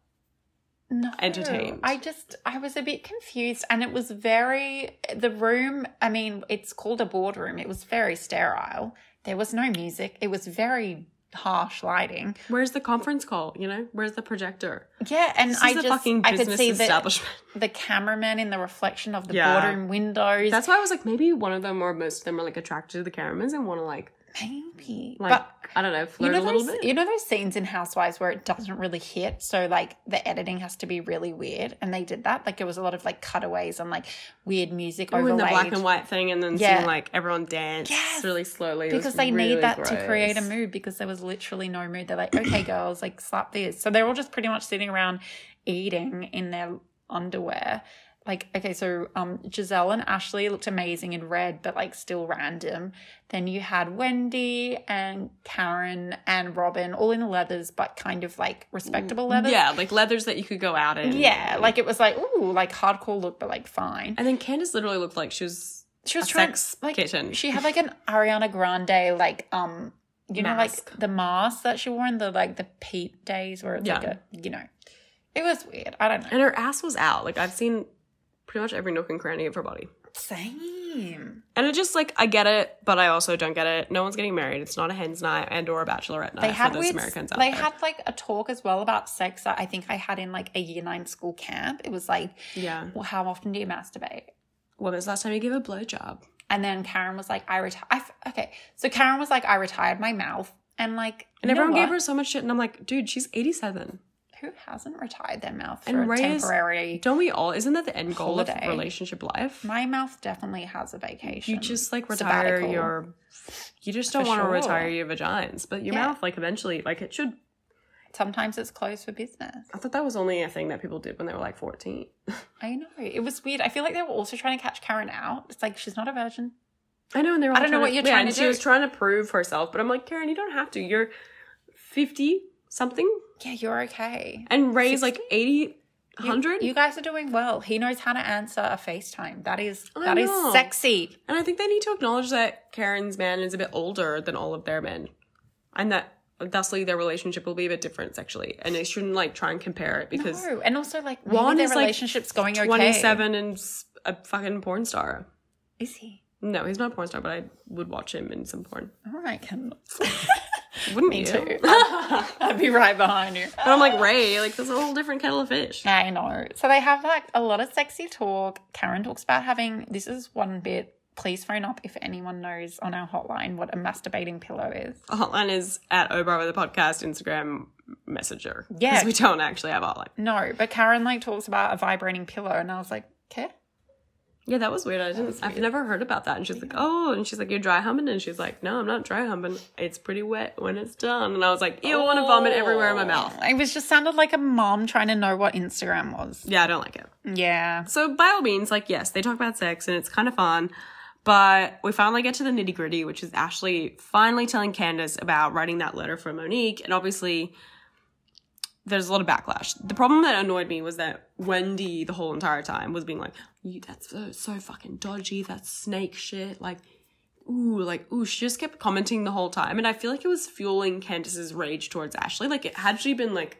A: no,
B: entertained.
A: I just, I was a bit confused, and it was very the room. I mean, it's called a boardroom. It was very sterile. There was no music. It was very harsh lighting.
B: where's the conference call, you know? Where's the projector?
A: Yeah, and
B: This
A: I
B: is a
A: just,
B: fucking
A: I
B: business
A: could see the,
B: establishment.
A: the cameraman in the reflection of the
B: Yeah.
A: boardroom windows.
B: That's why I was like, maybe one of them or most of them are like attracted to the cameras and want to like,
A: maybe,
B: like
A: but
B: I don't know,
A: you
B: flirt
A: know
B: a little
A: those,
B: bit.
A: you know those scenes in Housewives where it doesn't really hit, so like the editing has to be really weird, and they did that. Like it was a lot of like cutaways and like weird music
B: Or Oh, in
A: overlaid
B: the black and white thing, and then
A: Yeah.
B: seeing like everyone dance
A: Yes.
B: really slowly It was
A: because they
B: really
A: need that to
B: gross.
A: create a mood. Because there was literally no mood. They're like, okay, girls, like slap this. So they're all just pretty much sitting around eating in their underwear. Like okay, so um, Giselle and Ashley looked amazing in red, but like still random. Then you had Wendy and Karen and Robin all in leathers, but kind of like respectable leathers.
B: Mm, Yeah, like leathers that you could go out in.
A: Yeah, like it was like ooh, like hardcore look, but like fine.
B: and then Candace literally looked like she was
A: She was
B: a
A: trying
B: sex
A: like
B: kitten.
A: she had like an Ariana Grande like um you know
B: Mask.
A: like the mask that she wore in the like the peep days where it's like
B: Yeah.
A: a you know it was weird. I don't know.
B: and her ass was out. Like I've seen pretty much every nook and cranny of her body.
A: Same.
B: And it just like I get it, but I also don't get it. No one's getting married. It's not a hen's night and or a bachelorette night
A: They had
B: for those
A: weird,
B: Americans out
A: they
B: there.
A: had like a talk as well about sex that I think I had in like a year nine school camp. It was like,
B: yeah.
A: well, how often do you masturbate?
B: When was the last time you gave a blowjob?
A: And then Karen was like, I retired. F- okay, so Karen was like, I retired my mouth, and like,
B: And
A: you know
B: everyone gave
A: what?
B: her so much shit, and I'm like, dude, she's 87.
A: who hasn't retired their mouth for
B: And
A: a
B: Ray is-
A: temporary
B: Don't we all? Isn't that the end goal
A: Holiday.
B: of relationship life?
A: my mouth definitely has a vacation
B: you just like retire
A: sabbatical.
B: your. You just don't
A: For
B: want to
A: sure.
B: retire your vaginas, but your
A: Yeah.
B: mouth, like eventually, like it should.
A: sometimes it's closed for business
B: I thought that was only a thing that people did when they were like 14.
A: i know it was weird i feel like they were also trying to catch karen out it's like she's not a virgin
B: I know, and they were.
A: I
B: all
A: don't know
B: trying
A: what
B: to-
A: you're trying
B: and
A: to
B: she
A: do.
B: was trying to prove herself, but I'm like, Karen, you don't have to. You're 50 something,
A: yeah you're okay
B: and Ray's like 80,
A: You-
B: 100.
A: you, guys are doing well he knows how to answer a facetime that is
B: I
A: that is
B: know.
A: sexy
B: And I think they need to acknowledge that Karen's man is a bit older than all of their men. And that thusly their relationship will be a bit different sexually. And they shouldn't like try and compare it because
A: no and also like maybe
B: Juan
A: their
B: is, like,
A: relationship's going okay
B: 27 and s- a fucking porn star.
A: is he
B: No, he's not a porn star, but I would watch him in some porn.
A: All right, Kendall.
B: Wouldn't
A: Me
B: you?
A: too.
B: but
A: I'd be right behind you.
B: I'm like Ray, like that's a whole different kettle of fish.
A: I know. So they have like a lot of sexy talk. Karen talks about having this is one bit. Please phone up if anyone knows on our hotline what a masturbating pillow is.
B: Our Hotline is at Oboe with a podcast Instagram messenger.
A: Yeah.
B: because we don't actually have a hotline.
A: No, but Karen like talks about a vibrating pillow, and I was like, okay.
B: Yeah, that was weird. I didn't. I've never heard about that. And she's like, "Oh," and she's like, "You're dry humping," and she's like, "No, I'm not dry humping. It's pretty wet when it's done." And I was like, "You want to vomit everywhere in my mouth."
A: It was just sounded like a mom trying to know what Instagram was.
B: Yeah, I don't like it.
A: Yeah.
B: So by all means, like, yes, they talk about sex and it's kind of fun, but we finally get to the nitty gritty, which is Ashley finally telling Candace about writing that letter for Monique, and obviously. There's a lot of backlash. The problem that annoyed me was that Wendy the whole entire time was being like, "You- "That's so, so fucking dodgy. That's snake shit. Like, ooh, like ooh." She just kept commenting the whole time, and I feel like it was fueling Candace's rage towards Ashley. Like, it, had she been like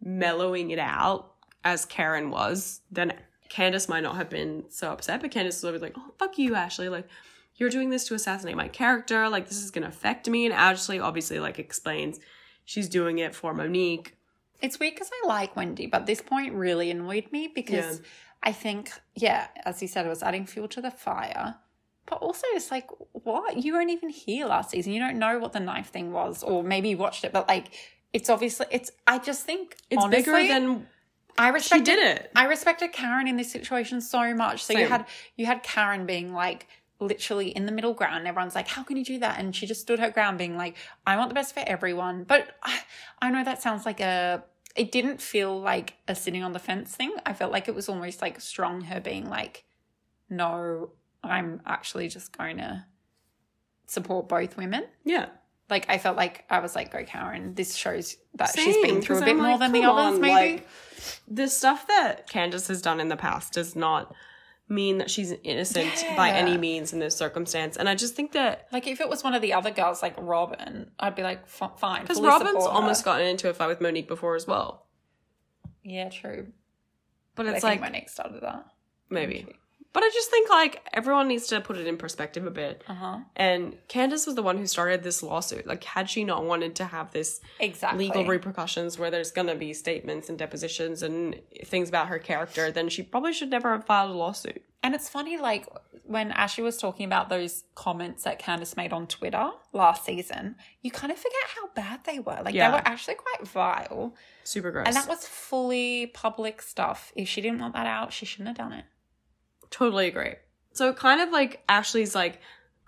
B: mellowing it out as Karen was, then Candace might not have been so upset. But Candace was always like, oh, fuck you, Ashley. Like, you're doing this to assassinate my character. Like, this is going to affect me. And Ashley obviously, like, explains she's doing it for Monique.
A: It's weird because I like Wendy, but this point really annoyed me because I think, yeah, as you said, it was adding fuel to the fire. But also, it's like, what? You weren't even here last season. You don't know what the knife thing was, or maybe you watched it, but like, it's obviously, it's, I just think,
B: It's bigger
A: honestly,
B: than
A: I
B: she
A: respected
B: did it.
A: I respected Karen in this situation so much. So you
B: Same.
A: had you had Karen being like literally in the middle ground. and Everyone's like, "How can you do that?" And she just stood her ground, being like, "I want the best for everyone." But I, I know that sounds like a. It didn't feel like a sitting on the fence thing. I felt like it was almost like strong her being like, "No, I'm actually just going to support both women."
B: Yeah.
A: Like I felt like I was like, "Go, Karen! This shows that she's
B: Same,
A: been through a
B: 'cause
A: bit
B: I'm
A: more
B: like,
A: than the
B: come
A: others,
B: on,
A: maybe."
B: like, the stuff that Candace has done in the past does not mean that she's innocent by
A: Yeah.
B: any means in this circumstance. And I just think that
A: Like if it was one of the other girls, like Robin, I'd be like, f- fine.
B: Because
A: fully
B: Robin's
A: support her.
B: almost gotten into a fight with Monique before as well.
A: yeah, true.
B: But
A: But
B: it's
A: I
B: like,
A: think Monique started that.
B: maybe. But I just think, like, everyone needs to put it in perspective a bit.
A: Uh huh.
B: And Candace was the one who started this lawsuit. Like, had she not wanted to have this
A: Exactly.
B: legal repercussions where there's going to be statements and depositions and things about her character, then she probably should never have filed a lawsuit.
A: and it's funny, like when Ashley was talking about those comments that Candace made on Twitter last season, you kind of forget how bad they were. Like
B: Yeah.
A: they were actually quite vile,
B: Super gross.
A: and that was fully public stuff. If she didn't want that out, she shouldn't have done it.
B: Totally agree. So it kind of like Ashley's like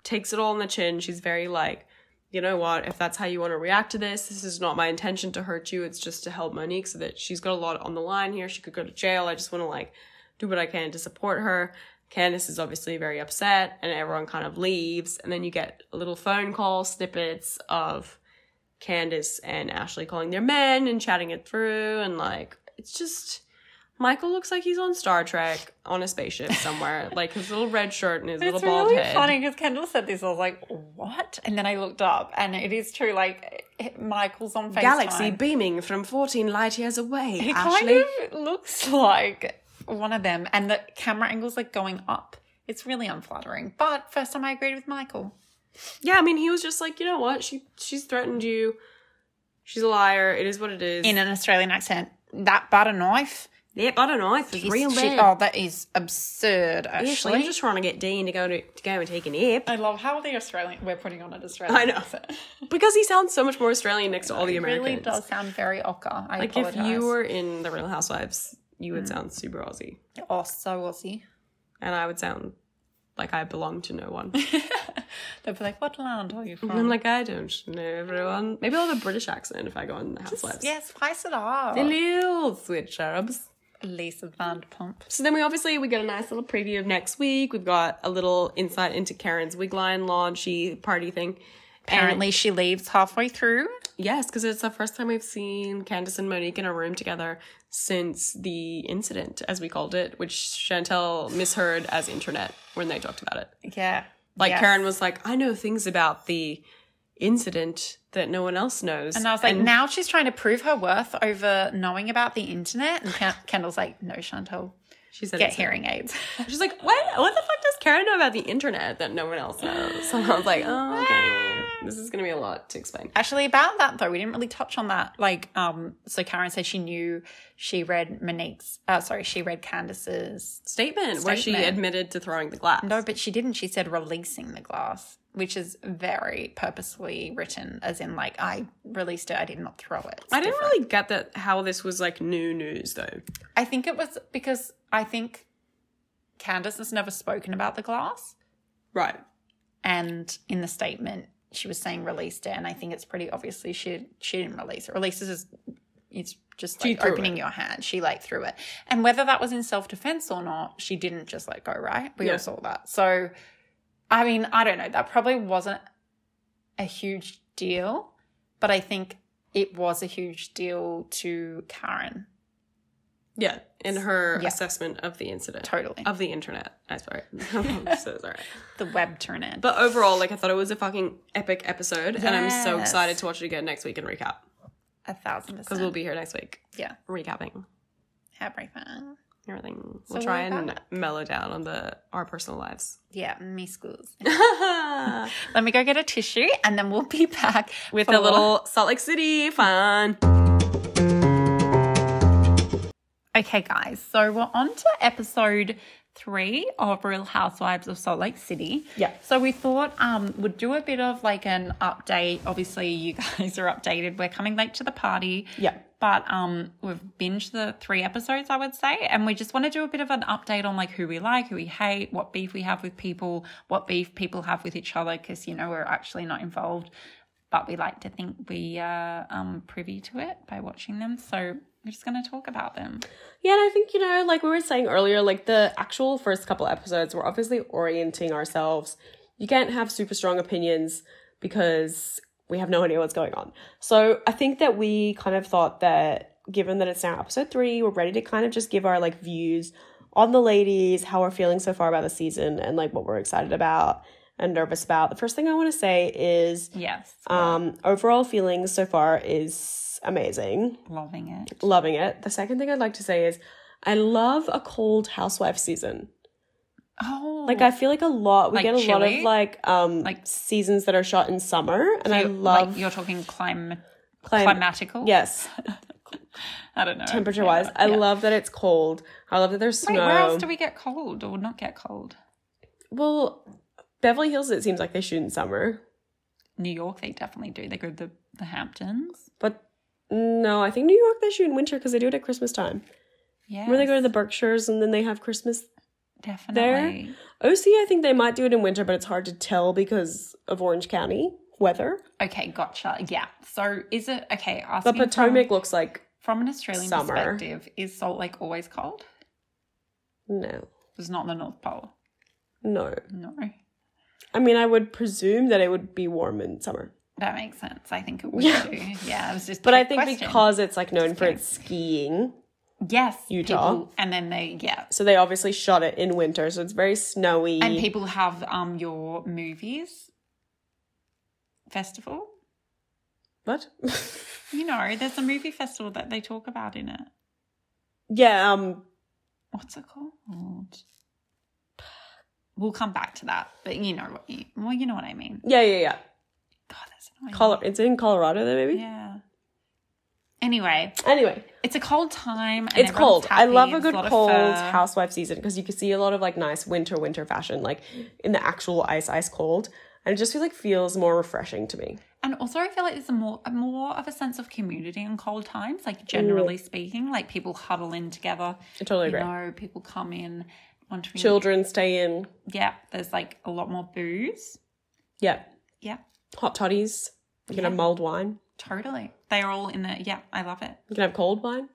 B: takes it all on the chin. She's very like, you know what, if that's how you want to react to this, this is not my intention to hurt you. It's just to help Monique so that she's got a lot on the line here. She could go to jail. I just want to like do what I can to support her. Candace is obviously very upset and everyone kind of leaves. And then you get little phone call snippets of Candace and Ashley calling their men and chatting it through. And like, it's just. Michael looks like he's on Star Trek on a spaceship somewhere, like his little red shirt and his little
A: it's
B: bald
A: really
B: head.
A: funny because Kendall said this. I was like, "What?" And then I looked up, and it is true. Like Michael's on FaceTime.
B: Galaxy beaming from 14 light years away,
A: He kind
B: Ashley.
A: of looks like one of them, and the camera angle's like going up. It's really unflattering. But first time I agreed with Michael.
B: Yeah, I mean, he was just like, you know what? She she's threatened you. She's a liar. It is what it is.
A: In an Australian accent, that butter knife.
B: yep, I don't know. It's
A: is
B: real
A: shit-
B: bad.
A: Oh, that is absurd,
B: Ashley,
A: Ashley.
B: I'm just trying to get Dean to go to, to go and take a nip
A: I love how the Australian we're putting on an Australian
B: I know.
A: accent.
B: because he sounds so much more Australian next to all the
A: It
B: Americans.
A: really does sound very ochre. I
B: Like
A: apologize. Mm.
B: if you were in the Real Housewives, you would sound super Aussie,
A: oh so Aussie,
B: and I would sound like I belong to no one.
A: they'd be like, "What land are you from?"
B: And I'm like, I don't know everyone. Maybe I'll have a British accent if I go on the Housewives.
A: yeah, spice it up.
B: Hello, sweet cherubs.
A: Lisa Vanderpump.
B: So then we obviously we got a nice little preview of next week. We've got a little insight into Karen's wig line launchy party thing. And
A: Apparently, she leaves halfway through.
B: yes, because it's the first time we've seen Candace and Monique in a room together since the incident, as we called it, which Chantel misheard as internet when they talked about it.
A: Yeah.
B: Like
A: Yes.
B: Karen was like, I know things about the incident that no one else knows.
A: And I was like, now she's trying to prove her worth over knowing about the internet. And Ken- Kendall's like, no, Chantel,
B: she said
A: get
B: it's-
A: hearing aids.
B: She's like, what? What the fuck does Karen know about the internet that no one else knows. So I was like, oh, okay, this is gonna be a lot to explain.
A: Actually, about that though, we didn't really touch on that. Like, um, so Karen said she knew she read Monique's. Uh, sorry, she read Candace's.
B: Statement, where she
A: Statement.
B: admitted to throwing the glass.
A: No, but she didn't. She said releasing the glass, which is very purposefully written, as in like I released it. I did not throw it. It's
B: I didn't
A: different.
B: really get that how this was like new news though.
A: I think it was because I think Candace has never spoken about the glass,
B: Right.
A: and in the statement she was saying released it, and I think it's pretty obviously she she didn't release it. Releases is it's just
B: She
A: like
B: threw
A: opening
B: it.
A: your hand. She like threw it, and whether that was in self defense or not, she didn't just let go. Right? We
B: Yeah.
A: all saw that. So, I mean, I don't know. That probably wasn't a huge deal, but I think it was a huge deal to Karen.
B: Yeah. In her
A: Yeah.
B: assessment of the incident.
A: Totally,
B: Of the internet. I sorry. I'm so sorry.
A: the web turned in.
B: But overall, like I thought it was a fucking epic episode, and I'm so
A: Yes.
B: excited to watch it again next week and recap.
A: A thousand percent.
B: Because we'll be here next week.
A: Yeah.
B: Recapping
A: everything.
B: everything.
A: So
B: we'll try
A: we're
B: and
A: back.
B: mellow down on the our personal lives.
A: Yeah, me schools.
B: With
A: Let me go get a tissue and then we'll be back with
B: a little Salt Lake City fun.
A: Okay, guys. So we're on to episode three of Real Housewives of Salt Lake City.
B: Yeah.
A: So we thought um we'd do a bit of like an update. Obviously, you guys are updated. We're coming late to the party.
B: Yeah.
A: But um, we've binged the three episodes, I would say, and we just want to do a bit of an update on like who we like, who we hate, what beef we have with people, what beef people have with each other, because you know we're actually not involved, but we like to think we are um, privy to it by watching them. So we're just going to talk about them.
B: Yeah, and I think, you know, like we were saying earlier, like the actual first couple episodes, we're obviously orienting ourselves. You can't have super strong opinions because we have no idea what's going on. So I think that we kind of thought that given that it's now episode three, we're ready to kind of just give our like views on the ladies, how we're feeling so far about the season, and like what we're excited about and nervous about. The first thing I want to say is
A: Yes,
B: um, overall feelings so far is amazing
A: loving it.
B: loving it. The second thing I'd like to say is I love a cold housewife season.
A: Oh,
B: Like I feel like a lot we
A: Like
B: get a lot of
A: chilly?
B: like um like
A: Like-
B: seasons that are shot in summer and I
A: You're-
B: love
A: like, you're talking clim-
B: clim-
A: climatical.
B: Yes,
A: I don't know
B: temperature wise. I
A: Yeah.
B: love that it's cold. I love that there's snow.
A: Wait, where else do we get cold or not get cold?
B: well, Beverly Hills it seems like they shoot in summer.
A: New York, they definitely do. They go to the, the Hamptons.
B: But no, I think New York they shoot in winter because they do it at Christmas time.
A: Yeah.
B: Where they go to the Berkshires and then they have Christmas
A: Definitely.
B: OC I think they might do it in winter, but it's hard to tell because of Orange County weather.
A: Okay, gotcha. Yeah. So is it okay?
B: The
A: Asking
B: Potomac looks like
A: from, from an Australian
B: Summer.
A: perspective, is Salt Lake always cold?
B: no,
A: It's not the North Pole.
B: no.
A: No,
B: I mean, I would presume that it would be warm in summer,
A: that makes sense. I think it would
B: Yeah.
A: do. Yeah, it was just. a
B: but I
A: trick
B: think
A: question.
B: because it's like known for its skiing,
A: yes,
B: Utah.
A: people- and then they yeah,
B: so they obviously shot it in winter, so it's very snowy.
A: and people have um your movies festival.
B: what?
A: You know, there's a movie festival that they talk about in it.
B: yeah, um,
A: what's it called? We'll come back to that, but you know what? You, well, you know what I mean.
B: yeah, yeah, yeah.
A: God, that's annoying.
B: Colo- it's in Colorado, though, maybe.
A: Yeah. Anyway,
B: Anyway,
A: it's a cold time. and
B: it's
A: everyone's
B: cold. I
A: happy,
B: love a
A: there's
B: good
A: lot of
B: cold
A: fur.
B: housewife season because you can see a lot of like nice winter, winter fashion, like in the actual ice, ice cold, and it just feels like feels more refreshing to me.
A: And also, I feel like there's a more a more of a sense of community in cold times. Like generally speaking, like people huddle in together.
B: I totally
A: You
B: agree.
A: know, people come in. Want to
B: Children stay in.
A: Yeah, there's like a lot more booze.
B: Yeah,
A: Yeah,
B: hot toddies. You can
A: Yeah.
B: have mulled wine.
A: totally. They are all in the. Yeah, I love it.
B: You can have cold wine.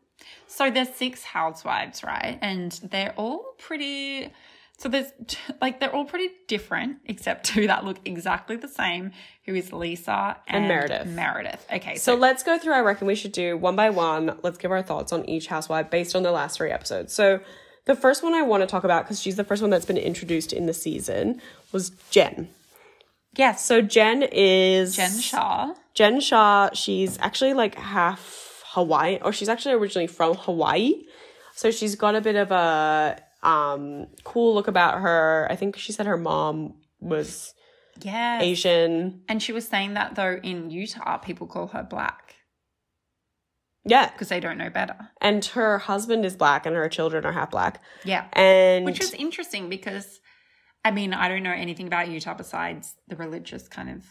A: So there's six housewives, right? And they're all pretty. So there's like they're all pretty different, except two that look exactly the same, who is Lisa and,
B: And Meredith.
A: Meredith. Okay,
B: So
A: so,
B: let's go through. I reckon we should do one by one. Let's give our thoughts on each housewife based on the last three episodes. So the first one I want to talk about because she's the first one that's been introduced in the season was Jen.
A: yes,
B: So Jen is
A: Jen Shah.
B: Jen Shaw, she's actually like half Hawaiian, or she's actually originally from Hawaii. So she's got a bit of a um, cool look about her. I think she said her mom was
A: Yeah.
B: Asian.
A: And she was saying that though in Utah, people call her black
B: Yeah.
A: because they don't know better.
B: And her husband is black and her children are half black.
A: Yeah.
B: And
A: Which is interesting because I mean, I don't know anything about Utah besides the religious kind of.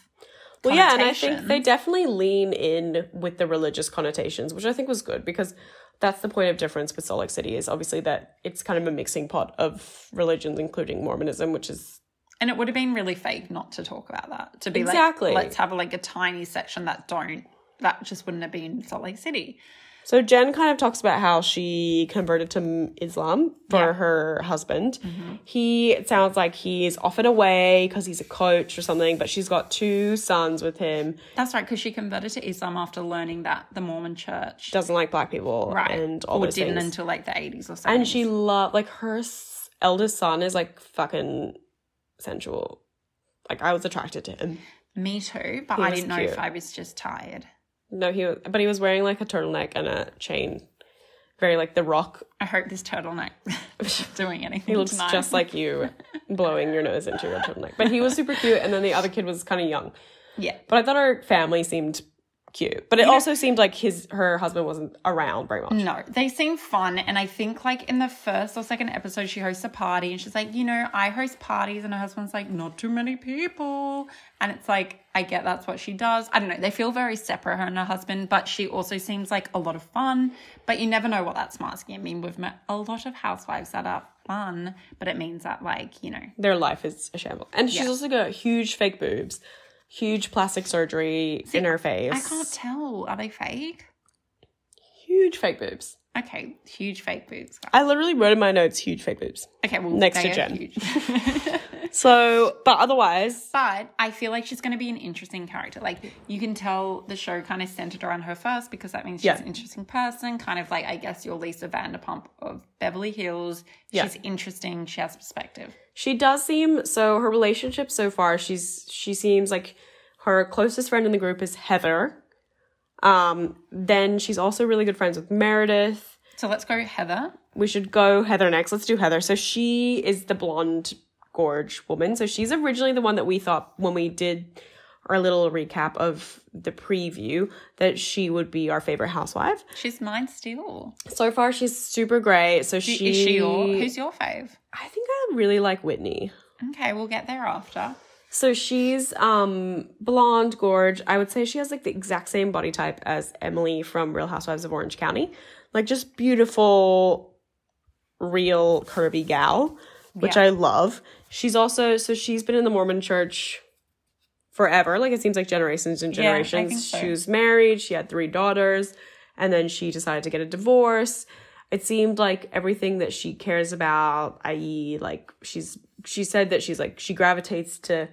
B: Well, yeah, and I think they
A: connotation.
B: definitely lean in with the religious connotations, which I think was good because that's the point of difference with Salt Lake City is obviously that it's kind of a mixing pot of religions, including Mormonism, which is
A: And it would have been really fake not to talk about that. To be
B: Exactly.
A: like, let's have like a tiny section that don't, that just wouldn't have been Salt Lake City.
B: so. Jen kind of talks about how she converted to m- Islam for
A: Yeah. Mm-hmm.
B: her husband. He it sounds like he is often away because he's a coach or something, but she's got two sons with him.
A: That's right, because she converted to Islam after learning that the Mormon church
B: Doesn't like black people,
A: right,
B: And all
A: or
B: those
A: didn't
B: things.
A: until like the 80s or something.
B: and she loved like her s- eldest son is like fucking sensual like i was attracted to him
A: Me too, but
B: He
A: I
B: was
A: didn't know if
B: cute.
A: I was just tired.
B: no he was, but he was wearing like a turtleneck and a chain very like the rock
A: I hope this turtleneck is doing anything
B: he looks
A: tonight.
B: just like you blowing your nose into your turtleneck but he was super cute and then the other kid was kind of young
A: yeah.
B: but i thought her family seemed cute but it also seemed like his her husband wasn't around very much
A: No, they seem fun. And I think, like, in the first or second episode, she hosts a party and she's like, you know, I host parties. And her husband's like, not too many people. And it's like, I get that's what she does. I don't know. They feel very separate, her and her husband, but she also seems like a lot of fun. But you never know what that's masking. I mean, we've met a lot of housewives that are fun, but it means that, like, you know,
B: their life is a shambles and she's
A: Mm. Yeah.
B: also got huge fake boobs huge plastic surgery in her face
A: I can't tell. Are they fake?
B: huge fake boobs
A: Okay, huge fake boobs.
B: I literally wrote in my notes huge fake boobs.
A: Okay, well,
B: Next
A: they
B: to
A: are
B: Jen.
A: huge.
B: So, but otherwise,
A: But I feel like she's going to be an interesting character. Like you can tell the show kind of centered around her first because that means she's
B: Yeah.
A: an interesting person. Kind of like I guess your Lisa Vanderpump of Beverly Hills.
B: Yeah.
A: She's interesting. She has perspective.
B: she does seem so her relationship so far, she's she seems like her closest friend in the group is Heather. Um, then she's also really good friends with Meredith.
A: So let's go Heather.
B: We should go Heather next. Let's do Heather. So she is the blonde gorge woman. So she's originally the one that we thought when we did our little recap of the preview that she would be our favorite housewife.
A: She's mine still.
B: So far she's super great. So she
A: Is she your? Who's your fave?
B: I think I really like Whitney.
A: Okay, we'll get there after.
B: So she's um blonde, gorge. I would say she has like the exact same body type as Emily from Real Housewives of Orange County. Like just beautiful, real curvy gal, which
A: Yeah.
B: I love. She's also so she's been in the Mormon church forever. Like it seems like generations and
A: Yeah, I think
B: generations. She
A: so.
B: was married, she had three daughters, and then she decided to get a divorce. It seemed like everything that she cares about, i.e., like she's she said that she's like she gravitates to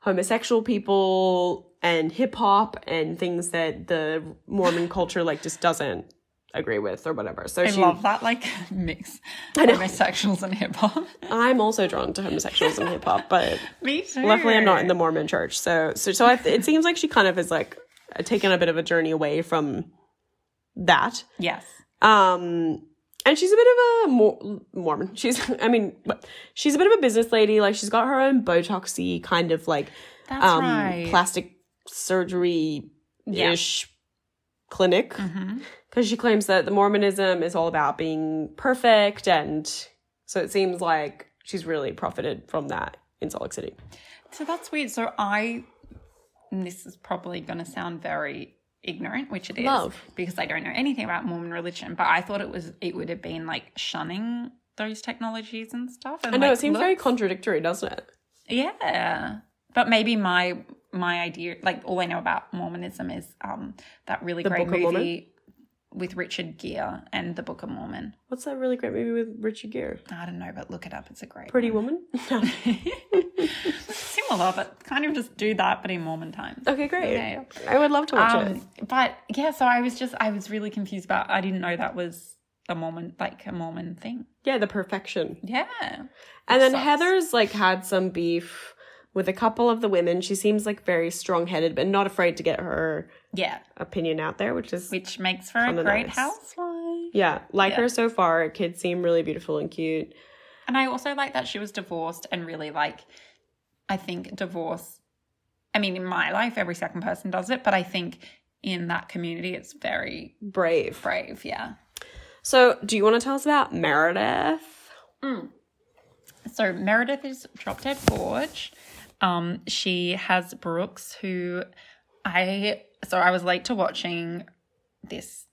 B: homosexual people and hip hop and things that the Mormon culture like just doesn't agree with or whatever. So
A: I
B: she
A: love that like mix. Homosexuals and hip hop.
B: I'm also drawn to homosexuals and hip hop, but
A: Me too.
B: luckily I'm not in the Mormon church. So so so I, it seems like she kind of is like taken a bit of a journey away from that.
A: Yes.
B: Um and she's a bit of a Mor- Mormon. She's I mean, what- she's a bit of a business lady. Like she's got her own botoxy kind of like
A: That's
B: um
A: right.
B: plastic surgery ish clinic
A: hmm
B: because she claims that the Mormonism is all about being perfect, and so it seems like she's really profited from that in Salt Lake City.
A: So that's weird. So I, and this is probably going to sound very ignorant, which it is,
B: Love.
A: because I don't know anything about Mormon religion. But I thought it was it would have been like shunning those technologies and stuff. And
B: I know
A: like,
B: it seems
A: look-
B: very contradictory, doesn't it?
A: yeah. But maybe my my idea, like all I know about Mormonism is um that really
B: The
A: great
B: Book of Mormon?
A: movie with Richard Gere and the Book of Mormon.
B: What's that really great movie with Richard Gere?
A: I don't know, but look it up. It's a great
B: Pretty Woman. No.
A: similar, but kind of just do that, but in Mormon times.
B: okay, great.
A: Yeah.
B: I would love to watch it.
A: Um, but yeah, so I was just I was really confused about I didn't know that was a Mormon like a Mormon thing.
B: Yeah, The Perfection.
A: Yeah.
B: And then
A: sucks.
B: Heather's like had some beef with a couple of the women. She seems like very strong-headed, but not afraid to get her
A: Yeah.
B: opinion out there, which is
A: Which makes for
B: Kinda
A: a great
B: nice.
A: housewife.
B: Yeah, like
A: Yeah.
B: her so far. Kids seem really beautiful and cute.
A: And I also like that she was divorced and really like, I think divorce, I mean, in my life, every second person does it, but I think in that community, it's very
B: Brave.
A: brave. Yeah.
B: So, do you want to tell us about Meredith?
A: So Meredith is drop dead gorge. Um, she has Brooks, who I so I was late to watching this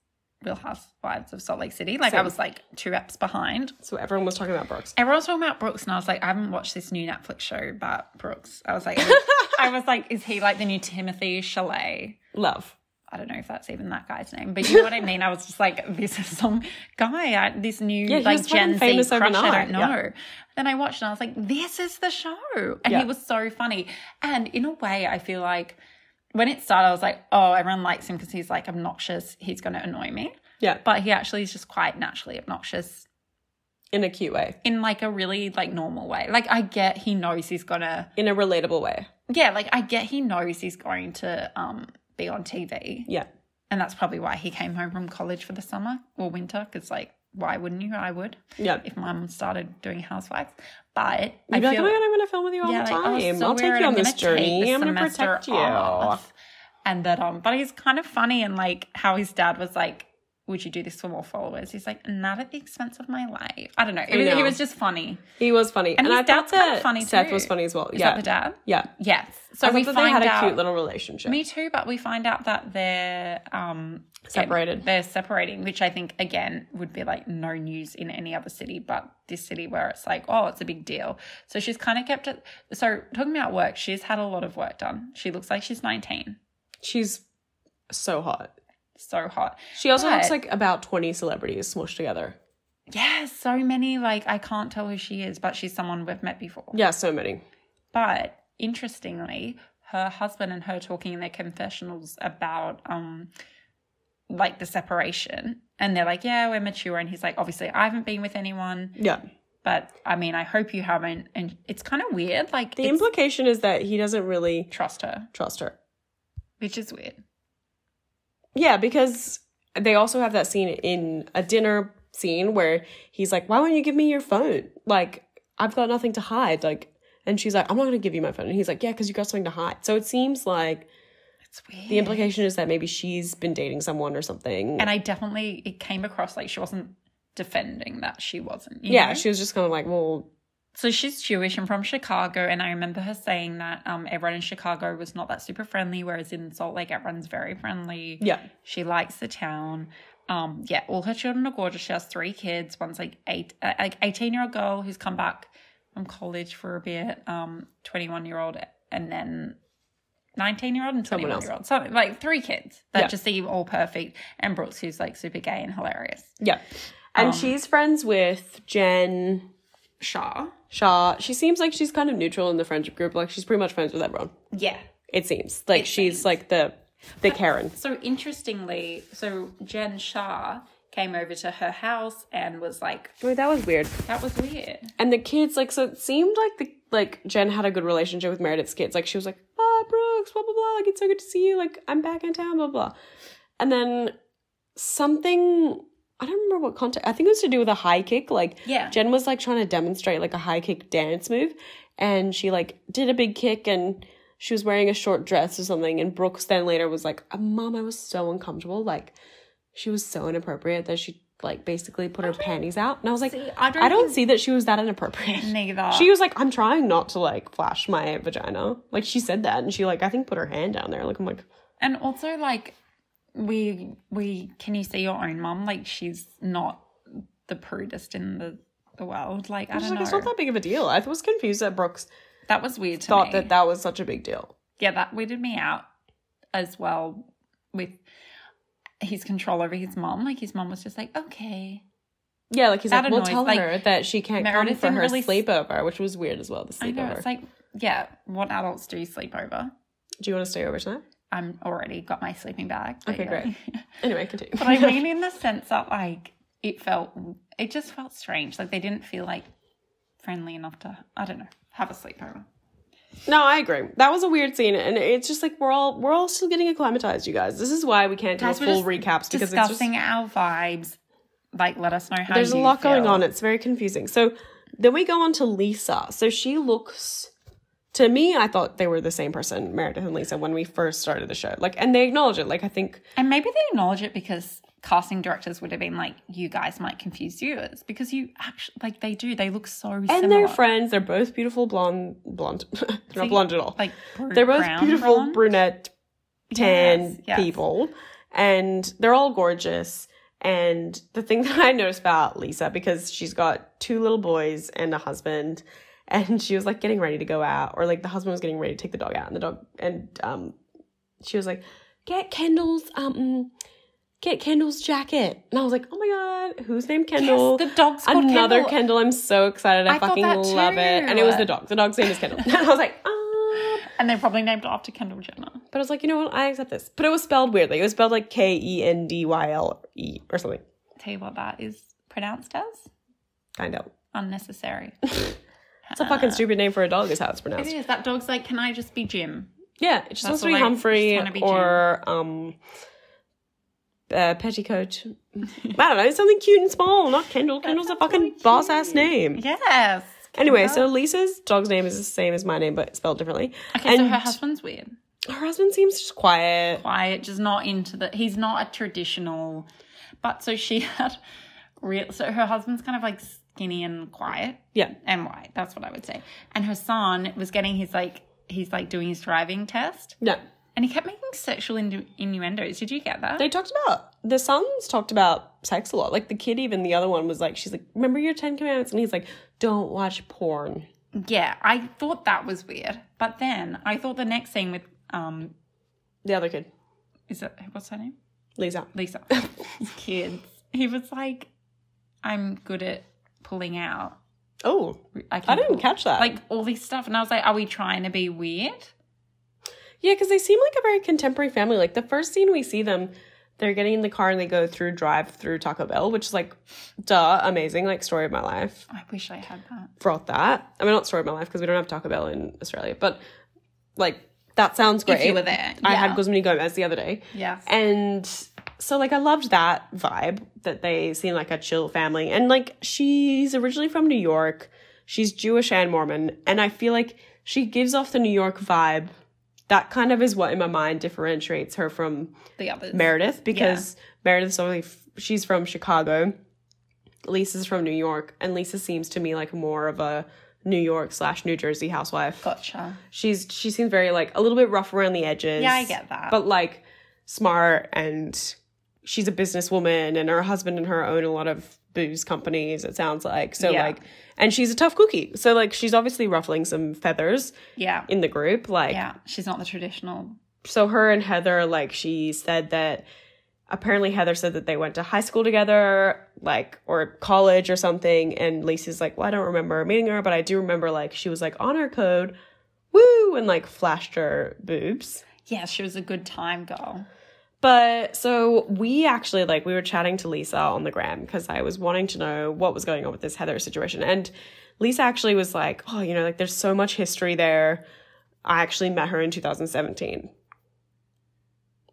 A: Real Housewives of Salt Lake City. Like I
B: Same.
A: was like two reps behind.
B: So, everyone was talking about Brooks.
A: Everyone was talking about Brooks, and I was like, I haven't watched this new Netflix show about Brooks. I was like, I was like, is he like the new Timothy Chalet?
B: Love.
A: I don't know if that's even that guy's name, but you know what I mean. I was just like, this is some guy, I, this new
B: Yeah, he
A: like
B: was fucking
A: Gen Z
B: famous
A: crush. I
B: overnight,
A: don't know.
B: yeah.
A: Then I watched and I was like, this is the show, and
B: Yeah.
A: he was so funny. And in a way, I feel like when it started, I was like, oh, everyone likes him because he's like obnoxious. He's going to annoy me,
B: Yeah.
A: but he actually is just quite naturally obnoxious
B: In a cute way,
A: in like a really like normal way. Like I get he knows he's gonna
B: in a relatable way.
A: yeah, like I get he knows he's going to um be on TV.
B: Yeah.
A: And that's probably why he came home from college for the summer or winter, because like, why wouldn't you? I would
B: Yeah.
A: if mum started doing housewives. But
B: You'd be
A: I
B: like, oh
A: feel
B: my god, I'm gonna film with you all
A: yeah,
B: the
A: like, oh,
B: time.
A: so
B: I'll take
A: weird.
B: you on
A: I'm
B: this
A: gonna take
B: journey.
A: the
B: I'm gonna
A: semester
B: protect you.
A: off. And that um, but he's kind of funny and like how his dad was like, "Would you do this for more followers?" He's like, "Not at the expense of my life." I don't know. It was,
B: know.
A: He was just funny.
B: He was funny, and,
A: his
B: I thought
A: dad's kinda
B: that
A: funny
B: Seth
A: too.
B: was funny as well.
A: Is
B: yeah,
A: that the dad?
B: yeah.
A: Yes. So
B: So
A: we
B: we
A: find
B: they had
A: out
B: a cute little relationship.
A: Me too, but we find out that they're um
B: Separated.
A: They're separating, which I think again would be like no news in any other city, but this city where it's like, oh, it's a big deal. So she's kind of kept it. So talking about work, she's had a lot of work done. She looks like she's nineteen,
B: She's so hot.
A: so hot.
B: She also
A: But-
B: looks like about 20 celebrities smushed together.
A: Yeah, so many. Like I can't tell who she is, but she's someone we've met before.
B: Yeah, so many.
A: But interestingly, her husband and her talking in their confessionals about um like the separation. And they're like, Yeah, we're mature. And he's like, obviously I haven't been with anyone,
B: Yeah.
A: but I mean I hope you haven't. And it's kind of weird. Like
B: The
A: it's-
B: implication is that he doesn't really
A: trust her,
B: trust her.
A: which is weird.
B: Yeah, because they also have that scene in a dinner scene where he's like, Why won't you give me your phone? Like, I've got nothing to hide. Like, and she's like, I'm not going to give you my phone. And he's like, Yeah, because you got something to hide. So it seems like
A: It's weird.
B: the implication is that maybe she's been dating someone or something.
A: and I definitely it came across like she wasn't defending that she wasn't. you
B: yeah,
A: know?
B: she was just kind of like, Well,
A: So she's Jewish and from Chicago, and I remember her saying that um, everyone in Chicago was not that super friendly, whereas in Salt Lake, everyone's very friendly.
B: yeah.
A: She likes the town. Um, yeah, all her children are gorgeous. She has three kids. One's like eight, uh, like eighteen year old girl who's come back from college for a bit. Um, twenty one year old, and then nineteen year old and twenty
B: Someone
A: one
B: else.
A: year old. Something like three kids that
B: Yeah.
A: just seem all perfect. And Brooks, who's like super gay and hilarious.
B: Yeah. And
A: Um,
B: she's friends with Jen
A: Shaw.
B: Shaw. She seems like she's kind of neutral in the friendship group. Like she's pretty much friends with everyone.
A: Yeah,
B: It seems like she's like the the Karen.
A: So interestingly, so Jen Shah came over to her house and was like,
B: Wait, that was weird.
A: "That was weird."
B: And the kids, like, so it seemed like the like Jen had a good relationship with Meredith's kids. Like she was like, "Ah, Brooks, blah blah blah. Like it's so good to see you. Like I'm back in town, blah blah." And then something I don't remember what context. I think it was to do with a high kick. Like
A: Yeah.
B: Jen was like trying to demonstrate like a high kick dance move, and she like did a big kick and. She was wearing a short dress or something, and Brooks then later was like, "Uh, "Mom, I was so uncomfortable. Like, she was so inappropriate that she like basically put her panties out." And I was like,
A: See, I don't
B: I don't
A: think-
B: see that she was that inappropriate.
A: Neither.
B: She was like, I'm trying not to like flash my vagina. Like she said that, and she like I think put her hand down there. Like I'm like,
A: and also like, we we can you see your own mum? Like she's not the prudest in the the world. Like I
B: I was
A: don't
B: like
A: know.
B: it's not that big of a deal. I was confused that Brooks
A: that was weird to
B: thought
A: me.
B: that that was such a big deal.
A: yeah, that weirded me out as well with his control over his mum. Like his mum was just like, "Okay."
B: Yeah, like he's
A: That
B: like, we'll
A: annoys-
B: tell
A: like,
B: her that she can't
A: Meredith
B: come
A: didn't
B: for her
A: really s-
B: sleepover, which was weird as well. The
A: I know it's
B: sleepover.
A: like, yeah, what adults do sleep over.
B: Do you want to stay over tonight?
A: I'm already got my sleeping bag. but
B: Okay,
A: yeah.
B: great. Anyway, continue.
A: but I mean, in the sense that like it felt, it just felt strange. Like they didn't feel like friendly enough to, I don't know, have a sleepover.
B: no, I agree. That was a weird scene, and it's just like we're all we're all still getting acclimatized, you guys. This is why we can't do a
A: Guys, we're
B: full
A: just
B: recaps because it's just
A: Discussing our vibes. Like, let us know how
B: there's a
A: you
B: lot going
A: feel.
B: on. It's very confusing. So Then we go on to Lisa. So she looks to me, I thought they were the same person, Meredith and Lisa, when we first started the show. Like, and they acknowledge it. Like, I think
A: And maybe they acknowledge it because casting directors would have been like, you guys might confuse viewers because you actually, like, they do. They look so similar.
B: and they're friends. They're both beautiful blonde, blonde. they're not blonde at all.
A: Like, bru-
B: they're both
A: brown
B: beautiful
A: blonde?
B: brunette, tan
A: Yes, yes.
B: people, and they're all gorgeous. And the thing that I noticed about Lisa because she's got two little boys and a husband, and she was like getting ready to go out, or like the husband was getting ready to take the dog out, and the dog and um, she was like, "Get Kendall's um." Get Kendall's jacket, and I was like, "Oh my god, who's named Kendall?"
A: Yes, the dog's called
B: Another
A: Kendall.
B: Kendall. I'm so excited. I,
A: I thought
B: fucking
A: that
B: love it.
A: too.
B: And it was the dog. The dog's name is Kendall. and I was like, ah.
A: And they're probably named after Kendall Jenner.
B: But I was like, you know what? I accept this. But it was spelled weirdly. It was spelled like K E N D Y L E or something.
A: Tell you what that is pronounced as
B: Kind of.
A: unnecessary.
B: It's a fucking stupid name for a dog, is how it's
A: it
B: pronounced.
A: is. That dog's like, can I just be Jim?
B: Yeah, it just
A: That's
B: wants to be
A: all I- just
B: Humphrey
A: wanna be
B: or um, uh, Petticoat. I don't know. Something cute and small, not Kendall. Kendall's a
A: sounds
B: fucking
A: really
B: boss ass name.
A: Yes.
B: Anyway, so Lisa's dog's name is the same as my name, but spelled differently.
A: Okay, so her husband's weird.
B: her husband seems just quiet.
A: quiet, just not into the. He's not a traditional. But so she had real. So her husband's kind of like skinny and quiet
B: Yeah.
A: and white. That's what I would say. And her son was getting his like he's like doing his driving test,
B: Yeah.
A: and he kept making sexual innu- innuendos. Did you get that?
B: They talked about the sons talked about sex a lot. Like the kid, even the other one was like, she's like, remember your Ten Commandments, and he's like, don't watch porn.
A: yeah, I thought that was weird. But then I thought the next scene with um
B: The other kid,
A: is it what's her name
B: Lisa.
A: Lisa his kids. He was like, I'm good at pulling out.
B: Oh,
A: I,
B: I
A: can
B: didn't
A: pull-
B: catch that. Like,
A: like all this stuff. And I was like, are we trying to be weird?
B: yeah, because they seem like a very contemporary family. Like the first scene we see them, they're getting in the car and they go through drive through Taco Bell, which is like, duh, amazing, like story of my life.
A: I wish I had that.
B: Brought that. I mean, not story of my life because we don't have Taco Bell in Australia, but like that sounds great.
A: If you were there.
B: I
A: yeah.
B: had Guzmán y Gomez the other day.
A: Yes.
B: And so like I loved that vibe that they seem like a chill family. And like she's originally from New York. She's Jewish and Mormon, and I feel like she gives off the New York vibe. That kind of is what in my mind differentiates her from
A: the others.
B: Meredith because Meredith's only f- she's from Chicago. Lisa's from New York, and Lisa seems to me like more of a New York slash New Jersey housewife
A: gotcha.
B: she's she seems very like a little bit rough around the edges.
A: Yeah, I get that.
B: But like smart and she's a businesswoman and her husband and her own a lot of booze companies, it sounds like. So
A: Yeah.
B: like and she's a tough cookie. So like she's obviously ruffling some feathers
A: Yeah.
B: in the group. Like
A: Yeah. She's not the traditional.
B: so her and Heather, like she said that apparently Heather said that they went to high school together, like or college or something, and Lisa's like, Well, I don't remember meeting her, but I do remember like she was like on her code, woo, and like flashed her boobs.
A: Yeah, she was a good time girl.
B: But so we actually like we were chatting to Lisa on the gram because I was wanting to know what was going on with this Heather situation. And Lisa actually was like, Oh, you know, like there's so much history there. I actually met her in 2017.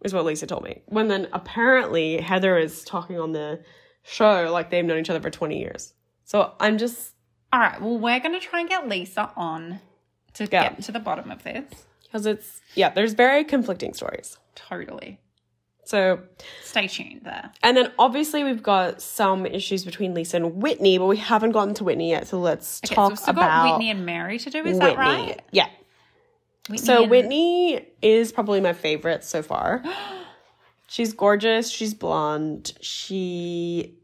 B: Is what Lisa told me. When then apparently Heather is talking on the show like they've known each other for 20 years. So I'm just
A: All right. Well, we're going to try and get Lisa on to
B: Yeah.
A: get to the bottom of this.
B: because it's yeah, there's very conflicting stories.
A: Totally.
B: So
A: Stay tuned there.
B: And then obviously we've got some issues between Lisa and Whitney, but we haven't gotten to Whitney yet. So let's
A: Okay,
B: talk
A: so we've still
B: about
A: got Whitney and Mary to do. Is that right?
B: Yeah.
A: Whitney
B: So
A: and-
B: Whitney is probably my favorite so far. she's gorgeous. She's blonde. She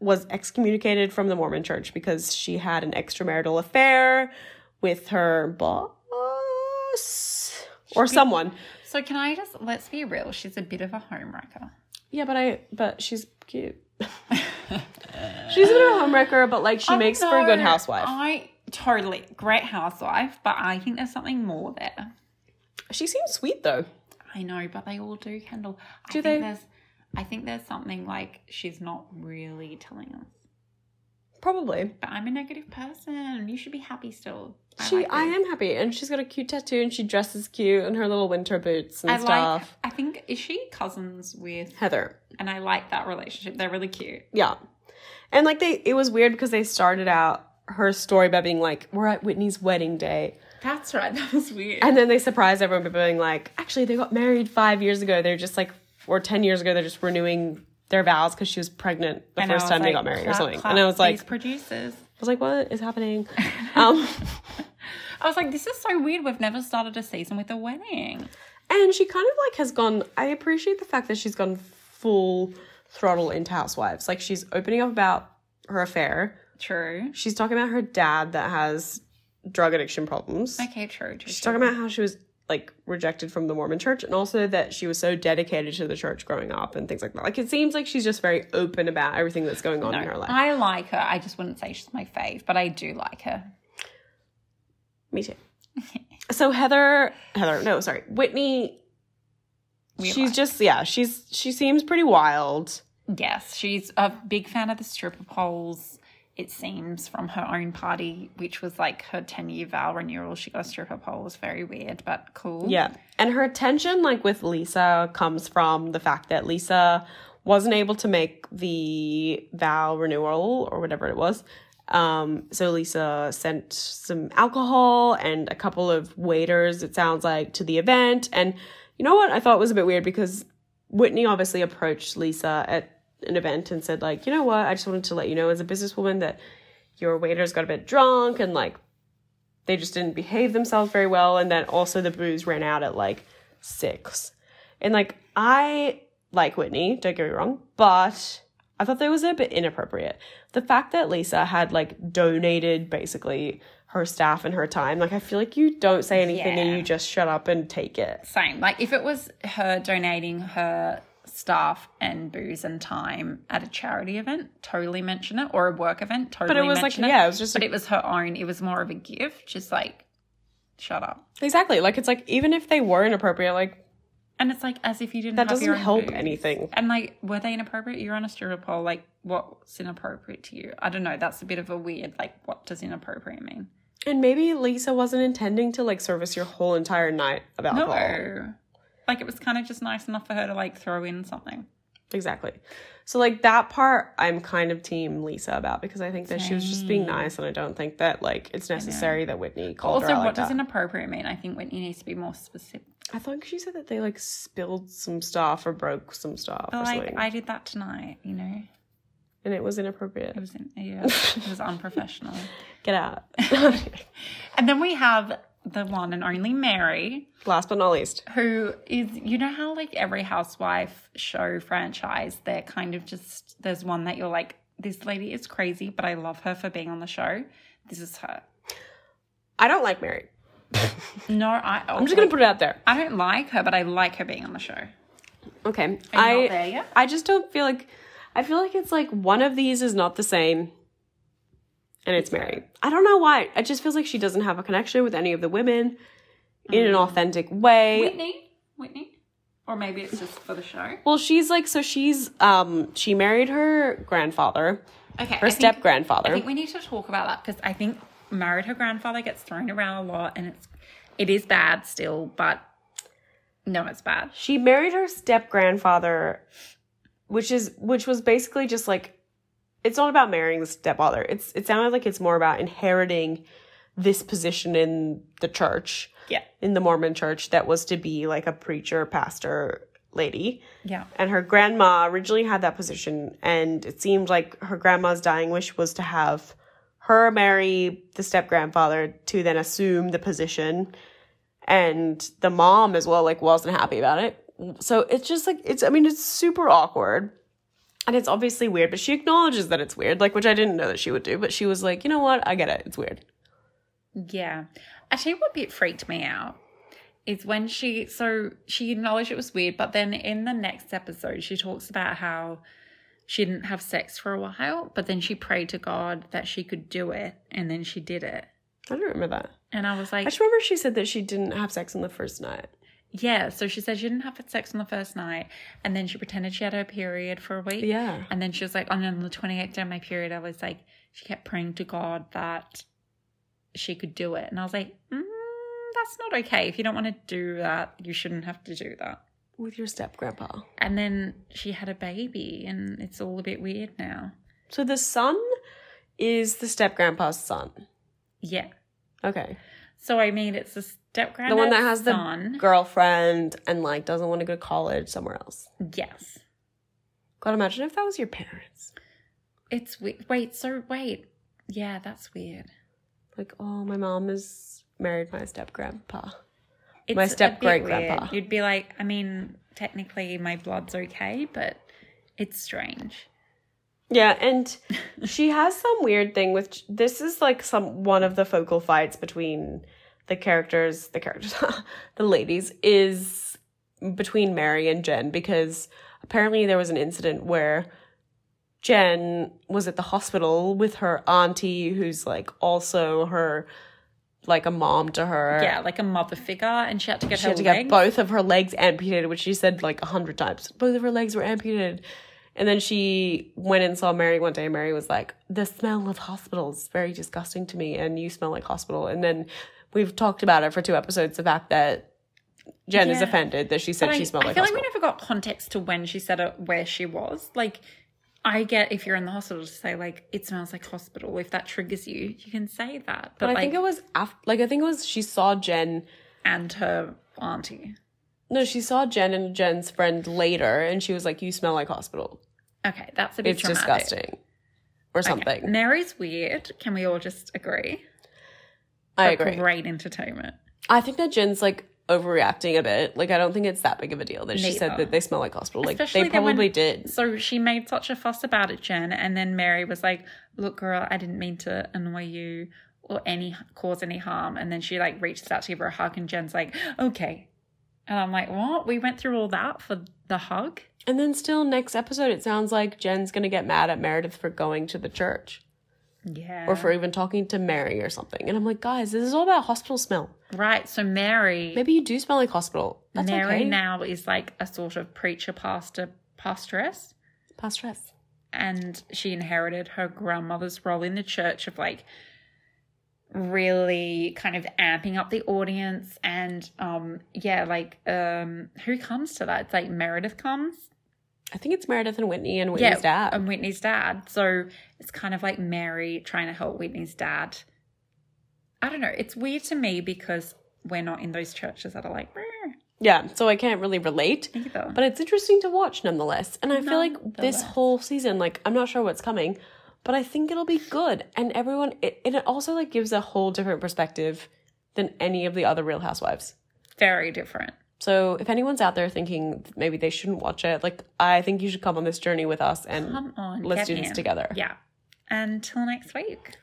B: was excommunicated from the Mormon church because she had an extramarital affair with her boss or someone.
A: So can I just let's be real? She's a bit of a homewrecker.
B: Yeah, but I but she's cute. she's a bit of a homewrecker, but like she
A: I
B: makes for a good
A: know.
B: housewife.
A: I totally great housewife, but I think there's something more there.
B: She seems sweet though.
A: I know, but they all do, Kendall. I
B: Do
A: think
B: they?
A: There's, I think there's something like she's not really telling us.
B: Probably.
A: But I'm a negative person. You should be happy still.
B: she
A: like
B: I
A: this.
B: am happy and she's got a cute tattoo and she dresses cute and her little winter boots and
A: I like.
B: stuff.
A: I think is she cousins with,
B: Heather.
A: and I like that relationship. They're really cute.
B: Yeah. And like they it was weird because they started out her story about being like, we're at Whitney's wedding day.
A: That's right. That was weird.
B: And then they surprised everyone by being like, actually, they got married five years ago. They're just like, or 10 years ago, they're just renewing their vows because she was pregnant the
A: And I
B: first
A: was
B: time they
A: like,
B: got married
A: clap,
B: or something.
A: clap,
B: and I was like,
A: these producers.
B: I was like, what is happening? um,
A: I was like, this is so weird. We've never started a season with a wedding.
B: and she kind of like has gone, I appreciate the fact that she's gone full throttle into Housewives. Like, she's opening up about her affair.
A: True.
B: She's talking about her dad that has drug addiction problems.
A: Okay, true. true,
B: She's
A: true.
B: talking about how she was like rejected from the Mormon church and also that she was so dedicated to the church growing up and things like that. Like it seems like she's just very open about everything that's going on in her life.
A: I like her. I just wouldn't say she's my fave, but I do like her.
B: Me too. so Heather Heather, no, sorry. Whitney
A: We
B: she's
A: like.
B: just yeah, she's she seems pretty wild.
A: Yes, she's a big fan of the stripper poles. It seems from her own party, which was like her ten-year vow renewal, she got a stripper pole. It was very weird, but cool.
B: Yeah. And her tension like with Lisa comes from the fact that Lisa wasn't able to make the vow renewal or whatever it was. Um, so Lisa sent some alcohol and a couple of waiters, it sounds like, to the event. And you know what I thought was a bit weird because Whitney obviously approached Lisa at an event and said, like, you know what, I just wanted to let you know as a businesswoman that your waiters got a bit drunk and like they just didn't behave themselves very well and then also the booze ran out at like six and like i like whitney don't get me wrong but i thought that was a bit inappropriate the fact that lisa had like donated basically her staff and her time like i feel like you don't say anything
A: Yeah.
B: and you just shut up and take it
A: Same. Like if it was her donating her staff and booze and time at a charity event, totally mention it, or a work event, totally.
B: but it was like
A: mention it.
B: yeah it was just
A: But it was her own. It was more of a gift. Just like, shut up.
B: exactly like it's like even if they were inappropriate like
A: And it's like as if you didn't.
B: that
A: have your
B: doesn't
A: own
B: help
A: booze.
B: anything
A: And like, were they inappropriate? You're on a stripper pole. Like, what's inappropriate to you? I don't know. That's a bit of a weird. Like, what does inappropriate mean?
B: and maybe lisa wasn't intending to like service your whole entire night of alcohol
A: No. Like it was kind of just nice enough for her to like throw in something.
B: Exactly. So like that part I'm kind of team Lisa about because I think that she was just being nice and I don't think that like it's necessary that Whitney called
A: also,
B: her out
A: what
B: like
A: does
B: that.
A: inappropriate mean? I think Whitney needs to be more specific.
B: I think she said that they like spilled some stuff or broke some stuff
A: But
B: or
A: like,
B: something.
A: I did that tonight. You know,
B: and it was
A: it
B: inappropriate.
A: was in, yeah, it was unprofessional.
B: Get out.
A: And then we have the one and only Mary,
B: Last but not least.
A: who is you know how like every housewife show franchise they're kind of just there's one that you're like this lady is crazy but i love her for being on the show this is her
B: I don't like Mary.
A: no i
B: I'm just gonna put it out there.
A: i don't like her but i like her being on the show
B: Okay.
A: Are you
B: I
A: not there yet?
B: I just don't feel like I feel like it's like one of these is not the same. And it's Mary. I don't know why. It just feels like she doesn't have a connection with any of the women in
A: Mm.
B: an authentic way.
A: whitney whitney or maybe it's just for the show
B: Well, she's like so she's um she married her grandfather,
A: okay
B: her step
A: I
B: grandfather.
A: think we need to talk about that because I think married her grandfather gets thrown around a lot, and it's it is bad still, but no, it's bad.
B: She married her step grandfather, which is which was basically just like it's not about marrying the stepfather. It's it sounded like it's more about inheriting this position in the church,
A: Yeah,
B: in the Mormon church that was to be like a preacher, pastor, lady.
A: yeah,
B: And her grandma originally had that position, and it seemed like her grandma's dying wish was to have her marry the step grandfather to then assume the position. And the mom as well, like, wasn't happy about it. So it's just like, it's, I mean, it's super awkward. And it's obviously weird, but she acknowledges that it's weird, like, which I didn't know that she would do, but she was like, you know what? I get it. It's weird.
A: yeah. Actually, what bit freaked me out is when she so she acknowledged it was weird, but then in the next episode, she talks about how she didn't have sex for a while, but then she prayed to God that she could do it, and then she did it.
B: I don't remember that.
A: And I was like,
B: I just remember she said that she didn't have sex on the first night.
A: Yeah, so she said she didn't have sex on the first night, and then she pretended she had her period for a week.
B: Yeah.
A: And then she was like, on the 28th day of my period, I was like, she kept praying to God that she could do it. And I was like, mm, that's not okay. If you don't want to do that, you shouldn't have to do that.
B: With your step grandpa.
A: And then she had a baby, and it's all a bit weird now.
B: So the son is the step grandpa's son.
A: Yeah.
B: Okay.
A: So I mean, it's a step granddad.
B: The one that has the
A: son.
B: girlfriend and like doesn't want to go to college somewhere else.
A: yes.
B: God, imagine if that was your parents.
A: It's we- wait. So wait. Yeah, that's weird.
B: Like, oh, my mom is married my step grandpa.
A: It's
B: My
A: a bit
B: step-great-grandpa.
A: weird. You'd be like, I mean, technically my blood's okay, but it's strange.
B: Yeah, and she has some weird thing with this is like some one of the focal fights between the characters, the characters, the ladies is between Mary and Jen because apparently there was an incident where Jen was at the hospital with her auntie who's like also her like a mom to her.
A: Yeah, like a mother figure, and she had to get
B: She
A: her
B: had to
A: legs-
B: get both of her legs amputated, which she said like a hundred times. Both of her legs were amputated. And then she went and saw Mary one day. and Mary was like, The smell of hospital is very disgusting to me, and you smell like hospital. And then we've talked about it for two episodes the fact that Jen is
A: Yeah.
B: offended that she said
A: But
B: she
A: I,
B: smelled
A: I
B: like
A: feel like
B: hospital.
A: we never got context to when she said it, where she was. Like, I get if you're in the hospital to say like it smells like hospital. If that triggers you, you can say that. But,
B: but I
A: like,
B: think it was after, like, I think it was she saw Jen.
A: and her auntie.
B: No, she saw Jen and Jen's friend later, and she was like, You smell like hospital.
A: Okay, that's a bit
B: It's
A: traumatic.
B: disgusting. Or something.
A: Mary's weird. Can we all just agree?
B: I
A: But
B: agree.
A: Great entertainment.
B: I think that Jen's like overreacting a bit. Like I don't think it's that big of a deal that she said
A: Neither.
B: that they smell like hospital. Like
A: Especially
B: they
A: then when-
B: probably did.
A: So she made such a fuss about it, Jen, and then Mary was like, "Look, girl, I didn't mean to annoy you or any cause any harm." And then she like reaches out to give her a hug, and Jen's like, "Okay," and I'm like, "What? We went through all that for the hug?"
B: And then still next episode it sounds like Jen's gonna get mad at Meredith for going to the church.
A: Yeah.
B: Or for even talking to Mary or something. And I'm like, guys, this is all about hospital smell.
A: right. So Mary,
B: Maybe you do smell like hospital. That's
A: Mary
B: okay.
A: now is like a sort of preacher, pastor, pastoress.
B: Past stress.
A: and she inherited her grandmother's role in the church of like really kind of amping up the audience and um yeah like um who comes to that it's like meredith comes
B: I think it's Meredith and Whitney and Whitney's
A: yeah um,
B: dad.
A: and whitney's dad so it's kind of like mary trying to help whitney's dad i don't know it's weird to me because we're not in those churches that are like "Meh,"
B: yeah, so I can't really relate.
A: either
B: But it's interesting to watch nonetheless. And I feel like this
A: Nonetheless.
B: whole season, like, I'm not sure what's coming, but I think it'll be good. And everyone, it, and it also, like, gives a whole different perspective than any of the other Real Housewives.
A: very different
B: So if anyone's out there thinking maybe they shouldn't watch it, like, I think you should come on this journey with us and
A: come on
B: let's
A: get
B: do this
A: in.
B: together.
A: yeah until next week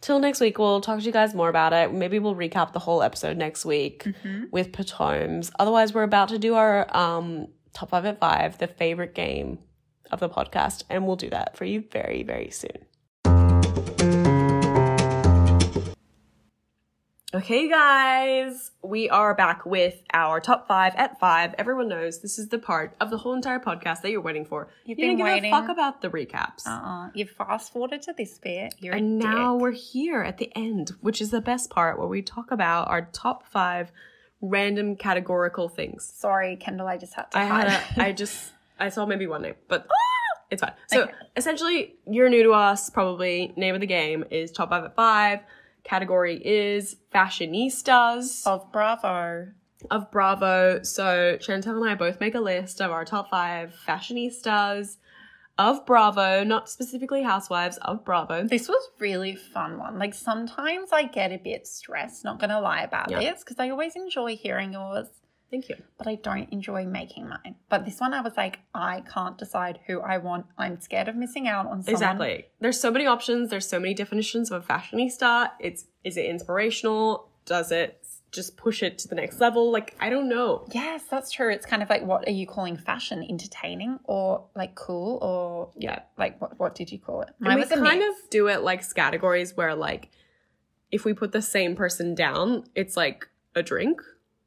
B: Till next week, we'll talk to you guys more about it. Maybe we'll recap the whole episode next week
A: Mm-hmm.
B: with Patomes. Otherwise, we're about to do our um, top five at five, the favorite game of the podcast, and we'll do that for you very, very soon. Okay, guys, we are back with our top five at five. Everyone knows this is the part of the whole entire podcast that you're waiting for.
A: You've
B: you
A: been
B: didn't
A: waiting.
B: give a fuck about the recaps.
A: Uh-uh. You've fast forwarded to this bit. You're
B: And
A: a
B: now
A: dick.
B: we're here at the end, which is the best part where we talk about our top five random categorical things.
A: Sorry, Kendall, I just had to
B: I
A: hide.
B: had a, I just, I saw maybe one name, but
A: Ah!
B: it's fine. So essentially, you're new to us, probably. Name of the game is top five at five. Category is fashionistas
A: of Bravo.
B: of Bravo. So Chantel and I both make a list of our top five fashionistas of Bravo, not specifically housewives of Bravo.
A: This was really fun one. Like sometimes I get a bit stressed, not gonna lie about
B: Yeah.
A: this, because I always enjoy hearing yours,
B: Thank you.
A: but I don't enjoy making mine. But this one I was like, I can't decide who I want. I'm scared of missing out on someone.
B: Exactly. There's so many options. There's so many definitions of a fashionista. It's is it inspirational? Does it just push it to the next level? Like I don't know.
A: Yes, that's true. It's kind of like what are you calling fashion? Entertaining or like cool or
B: Yeah.
A: like what what did you call it?
B: And we
A: was a
B: kind
A: mix.
B: of do it like categories where like if we put the same person down, it's like a drink.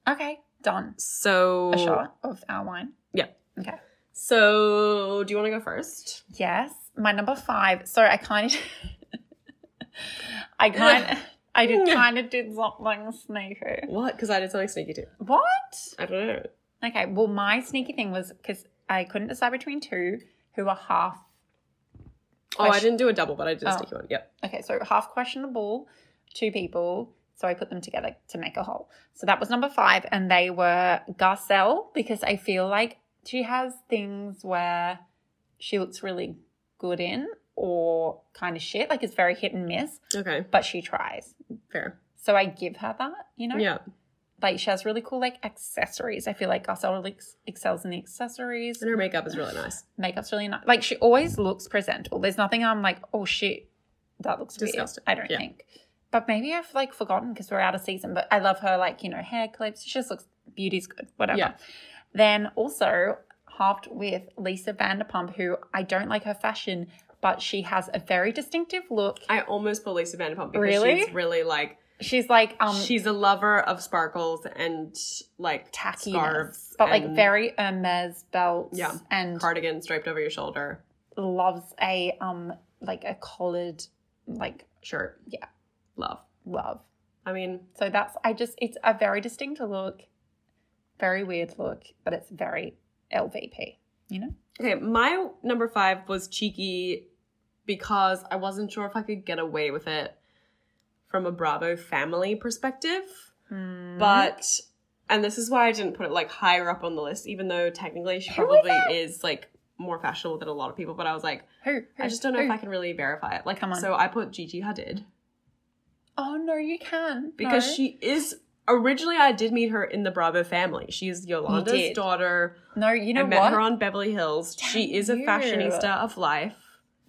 A: Okay, done.
B: So
A: A shot of our wine.
B: Yeah.
A: Okay.
B: So do you want to go first?
A: Yes, my number five. So I kind of, I kind, of, I did kind of did something sneaky.
B: What? Because I did something sneaky too.
A: What?
B: I don't know.
A: Okay. Well, my sneaky thing was because I couldn't decide between two who are half
B: Oh, I didn't do a double, but I did a
A: Oh.
B: sticky one. Yep.
A: Okay, so half questionable, two people. So I put them together to make a whole. So that was number five, and they were Garcelle because I feel like she has things where she looks really good in or kind of shit. Like it's very hit and miss,
B: Okay.
A: but she tries.
B: Fair.
A: So I give her that, you know?
B: Yeah.
A: Like she has really cool like accessories. I feel like Garcelle really ex- excels in the accessories.
B: And her makeup is really nice.
A: Makeup's really nice. Like she always looks presentable. There's nothing I'm like, oh shit, that looks
B: Disgusting.
A: weird. I don't
B: Yeah.
A: think. But maybe I've like forgotten because we're out of season. But I love her like you know hair clips. She just looks beauty's good. Whatever.
B: Yeah.
A: Then also halved with Lisa Vanderpump, who I don't like her fashion, but she has a very distinctive look.
B: I almost believe Lisa Vanderpump because
A: Really?
B: she's really like
A: She's like um
B: she's a lover of sparkles and like
A: tacky,
B: scarves,
A: but like
B: and
A: very Hermes belts.
B: Yeah.
A: and
B: cardigans draped over your shoulder
A: loves a um like a collared like
B: shirt.
A: Yeah.
B: love.
A: love.
B: I mean,
A: So that's I just it's a very distinct look, very weird look, but it's very LVP. You know,
B: okay. My number five was cheeky because I wasn't sure if I could get away with it from a Bravo family perspective. Hmm.
A: Mm-hmm.
B: but and this is why I didn't put it like higher up on the list, even though technically she
A: Who is
B: probably
A: that?
B: is like more fashionable than a lot of people. But I was like,
A: who,
B: I just don't know if I can really verify it. Like,
A: Come on.
B: so I put Gigi Hadid
A: Oh no, you can
B: because
A: No.
B: she is originally I did meet her in the Bravo family. She is Yolanda's
A: did.
B: daughter.
A: No, you know
B: I met
A: what?
B: her on Beverly Hills.
A: Damn
B: she is a
A: you.
B: fashionista of life.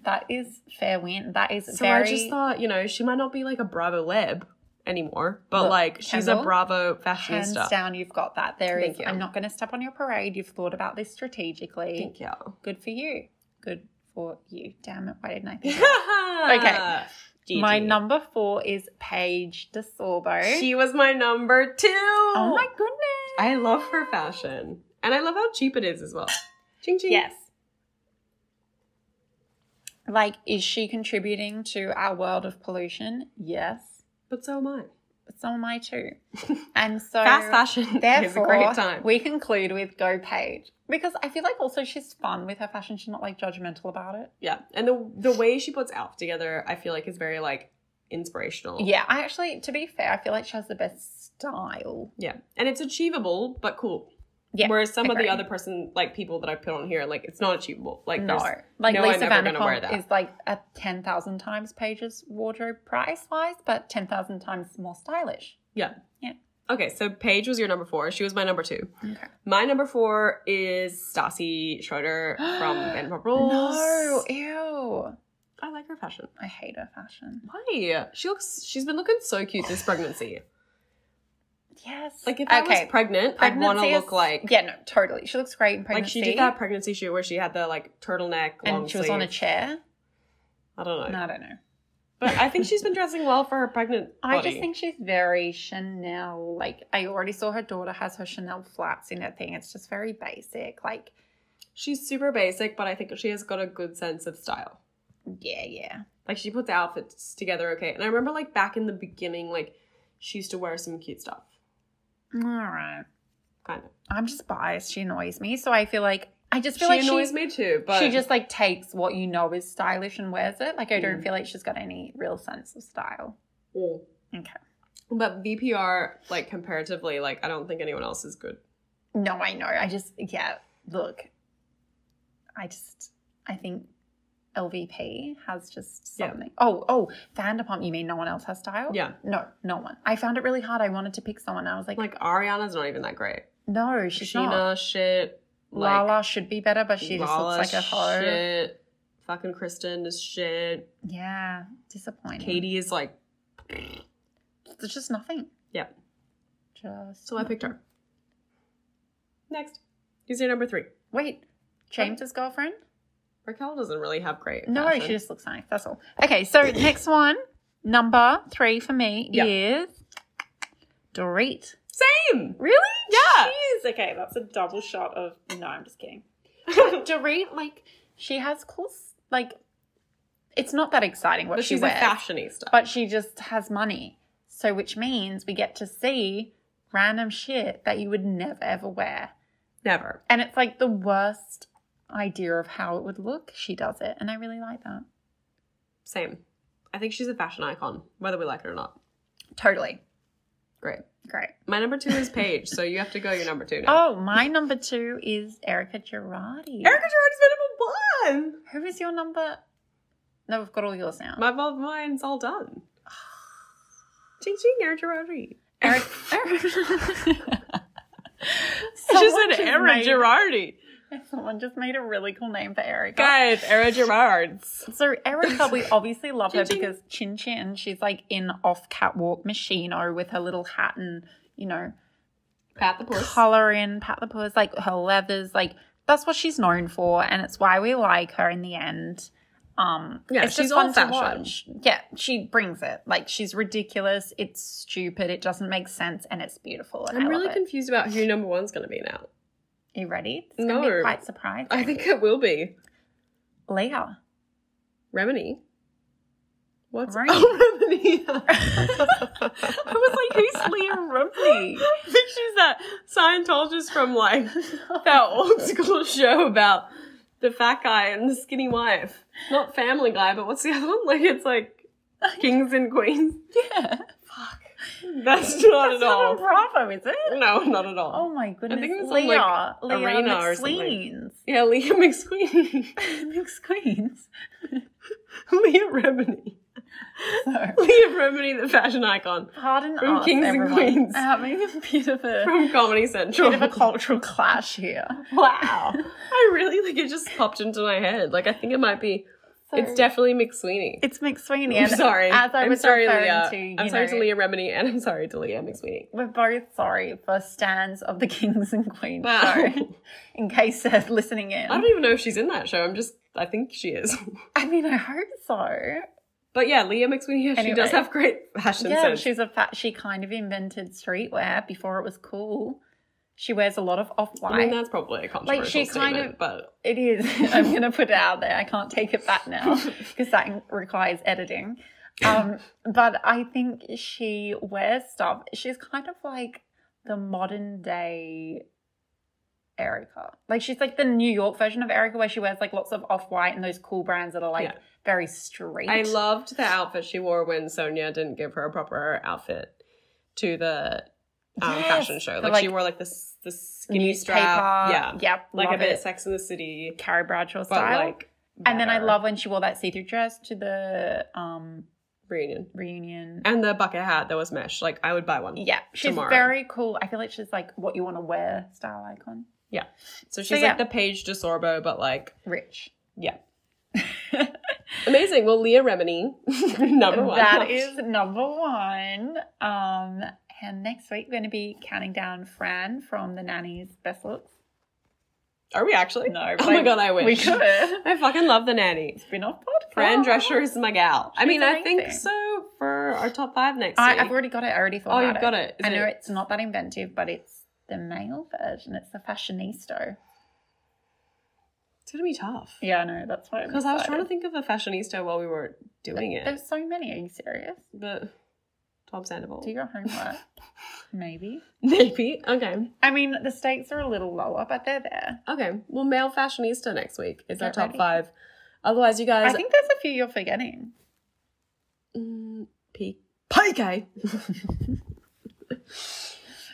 A: that is fair win. That is
B: So
A: very.
B: I just thought, you know, she might not be like a Bravo leb anymore, but
A: Look,
B: like she's
A: Kendall,
B: a Bravo
A: Hands
B: fashionista.
A: down, you've got that. There
B: Thank
A: is-
B: you.
A: I'm not going to step on your parade. You've thought about this strategically.
B: Thank you.
A: Good for you. Good for you. Damn it! Why didn't I think?
B: okay.
A: My number four is Paige DeSorbo.
B: She was my number two.
A: oh my goodness!
B: I love her fashion. And I love how cheap it is as well. Ching ching.
A: Yes. Like, is she contributing to our world of pollution? Yes.
B: But so am I.
A: But so am I too. And so,
B: Fast fashion is a
A: therefore,
B: great time.
A: we conclude with Go Paige. Because I feel like also she's fun with her fashion. She's not like judgmental about it.
B: yeah. And the the way she puts outfits together, I feel like is very like inspirational.
A: Yeah, I actually, to be fair, I feel like she has the best style.
B: Yeah. And it's achievable, but cool.
A: Yeah.
B: Whereas some of
A: agree.
B: the other person like people that I put on here, like it's not achievable. Like
A: no,
B: there's-
A: like
B: no, I'm
A: Lisa
B: never gonna wear
A: Vanderpump
B: that.
A: is like a ten thousand times Paige's wardrobe price wise, but ten thousand times more stylish.
B: Yeah.
A: Yeah.
B: Okay, so Paige was your number four. She was my number two.
A: Okay.
B: My number four is Stassi Schroeder from Vanderpump Rules.
A: No, ew.
B: I like her fashion.
A: I hate her fashion.
B: Why? She looks. She's been looking so cute this pregnancy.
A: Yes.
B: Like if I was pregnant, I'd want to
A: pregnancy is-
B: look like
A: Yeah, no, totally. She looks great in
B: like
A: pregnancy.
B: she did that pregnancy shoot where she had the like turtleneck, long
A: and she was on a
B: sleeve.
A: chair.
B: I don't know,
A: No, I don't know.
B: but I think she's been dressing well for her pregnant.
A: I
B: body.
A: just think she's very Chanel. Like I already saw her daughter has her Chanel flats in her thing. It's just very basic. Like
B: she's super basic, but I think she has got a good sense of style.
A: yeah, yeah.
B: Like she puts outfits together okay. And I remember like back in the beginning, like she used to wear some cute stuff,
A: All right.
B: kind of.
A: I'm just biased. She annoys me, so I feel like I just
B: She
A: feel like
B: annoys
A: she's.
B: me too, but
A: she just like takes what you know is stylish and wears it. Like I don't
B: Mm.
A: feel like she's got any real sense of style.
B: Mm.
A: Okay.
B: But VPR, like comparatively, like I don't think anyone else is good.
A: No, I know. I just, yeah, look, I just, I think LVP has just
B: Yeah.
A: something. Oh, oh, Vanderpump, you mean no one else has style?
B: Yeah,
A: No, no one. I found it really hard. I wanted to pick someone. I was like,
B: like Ariana's not even that great.
A: no, she's
B: Sheena
A: not.
B: shit.
A: Lala should be better, but she
B: Lala
A: just looks like a hoe.
B: Shit. Fucking Kristen is shit.
A: Yeah, disappointing.
B: Katie is like.
A: There's just nothing.
B: Yeah.
A: Just.
B: So I picked her. Next, who's your number three?
A: Wait, James's girlfriend?
B: Raquel doesn't really have great.
A: No,
B: fashion.
A: she just looks nice. That's all. Okay, so next one, number three for me
B: Yeah.
A: is Dorit.
B: same.
A: Really?
B: Yeah.
A: She is. Okay, that's a double shot of. No, I'm just kidding. Dorit, like, she has cool. s- Like, it's not that exciting what
B: But
A: she
B: she's a
A: wears,
B: fashionista.
A: but she just has money. So, which means we get to see random shit that you would never ever wear.
B: Never.
A: And it's like the worst idea of how it would look. She does it. And I really like that.
B: Same. I think she's a fashion icon, whether we like it or not.
A: Totally.
B: Great.
A: Great.
B: My number two is Paige, so you have to go your number two now.
A: Oh, my number two is Erica Girardi.
B: Erica Girardi's my number one.
A: Who is your number? No, we've got all yours now.
B: My Bob mine's all done. Ching ching, Erica Girardi.
A: Eric.
B: It's just
A: Someone
B: an Era
A: made-
B: Girardi.
A: Someone just made a really cool name for Erica.
B: Guys, Era Girards.
A: So Erica, we obviously love her
B: Chin chin.
A: because Chin Chin, she's like in off catwalk machino with her little hat and you know
B: Pat the puss.
A: color in Pat the Puss, like her leathers, like that's what she's known for, and it's why we like her in the end. Um,
B: Yeah,
A: it's just
B: she's
A: fun to
B: old-fashioned.
A: watch. Yeah, she brings it. Like she's ridiculous. It's stupid. It doesn't make sense, and it's beautiful. And
B: I'm
A: I
B: really
A: love it.
B: confused about who number one's going to be now.
A: You ready? It's gonna
B: No.
A: be quite surprising.
B: I think it will be
A: Leah.
B: Remini. What's
A: Right.
B: oh, Remini?
A: I was like, who's Leah Rumpy?
B: I think she's that Scientologist from like that old school show about the fat guy and the skinny wife. Not Family Guy, but what's the other one? Like it's like Kings and Queens.
A: yeah,
B: That's not
A: that's
B: at
A: not
B: all.
A: on Bravo, is it?
B: No, not at all.
A: Oh my goodness,
B: think it's on,
A: Leah,
B: like,
A: Leah
B: Arena or
A: McSweens.
B: Yeah, Leah McSweeney.
A: McSweens.
B: Leah Remini.
A: So-
B: Leah Remini, the fashion icon
A: Pardon
B: From
A: us,
B: Kings and
A: everyone.
B: Queens.
A: I'm having a bit of a
B: from Comedy Central.
A: bit of a cultural clash here.
B: wow. I really like it just popped into my head. Like I think it might be it's definitely McSweeney.
A: it's McSweeney.
B: I'm
A: and
B: sorry.
A: As I
B: I'm
A: was
B: sorry,
A: referring
B: Leah.
A: to, you
B: I'm sorry
A: know,
B: to Leah Remini and I'm sorry to Leah McSweeney.
A: We're both sorry for stands of the kings and queens.
B: Wow.
A: Sorry, in case they're listening in.
B: I
A: I,
B: don't even know if she's in that show. I'm just I think she is.
A: mean, I hope so.
B: But yeah, Leah McSweeney, yeah, she
A: Anyway.
B: does have great fashion
A: Yeah,
B: sense.
A: she's a fat. She kind of invented streetwear before it was cool. She wears a lot of off white.
B: I mean, that's probably a controversial
A: she kind
B: statement,
A: of-
B: but
A: It is. I'm going to put it out there. I can't take it back now because that in- requires editing. Um, but I think she wears stuff. She's kind of like the modern day Erica. Like she's like the New York version of Erica, where she wears like lots of off white and those cool brands that are like
B: Yeah.
A: very straight.
B: I loved the outfit she wore when Sonia didn't give her a proper outfit to the um,
A: Yes.
B: fashion show.
A: The,
B: Like, she
A: like,
B: wore like this this skinny
A: newspaper.
B: strap, yeah,
A: Yep.
B: like a
A: love
B: bit
A: it.
B: Sex in the City,
A: Carrie Bradshaw
B: but
A: style.
B: like.
A: and then I
B: better.
A: love when she wore that see-through dress to the um,
B: reunion
A: reunion.
B: and the bucket hat that was mesh. Like I would buy one.
A: Yeah, she's
B: tomorrow.
A: very cool. I feel like she's like what you want to wear style icon.
B: So she's
A: So, yeah.
B: like the Paige DeSorbo, but like
A: Rich.
B: yeah, amazing. Well, Leah Remini, number one.
A: That is number one. Um, and next week we're going to be counting down Fran from The Nanny's Best Looks.
B: Are we actually?
A: No,
B: Oh my
A: but
B: god, I
A: We
B: wish.
A: could.
B: I fucking love the nanny.
A: Spin off podcast.
B: Fran Drescher is my gal. I
A: She's
B: mean, I think
A: amazing.
B: so for our top five next
A: I,
B: week.
A: I've already got it. I already thought
B: Oh,
A: about
B: you've got it. Is
A: I know
B: it-
A: it's not that inventive, but it's the male version. It's the fashionista.
B: It's gonna be tough.
A: Yeah, I know. That's why. I'm
B: Because I was trying to
A: excited.
B: think of a fashionista while we were doing it,
A: There's so many. Are you serious?
B: but Tom Sandoval.
A: Do your homework. Maybe.
B: Maybe. Okay.
A: I mean, the stakes are a little lower, but they're there.
B: Okay. Well, male fashionista next week is our
A: Get
B: top
A: ready.
B: five. Otherwise, you
A: I
B: guys.
A: think there's a few you're forgetting.
B: Mm, P. Pike.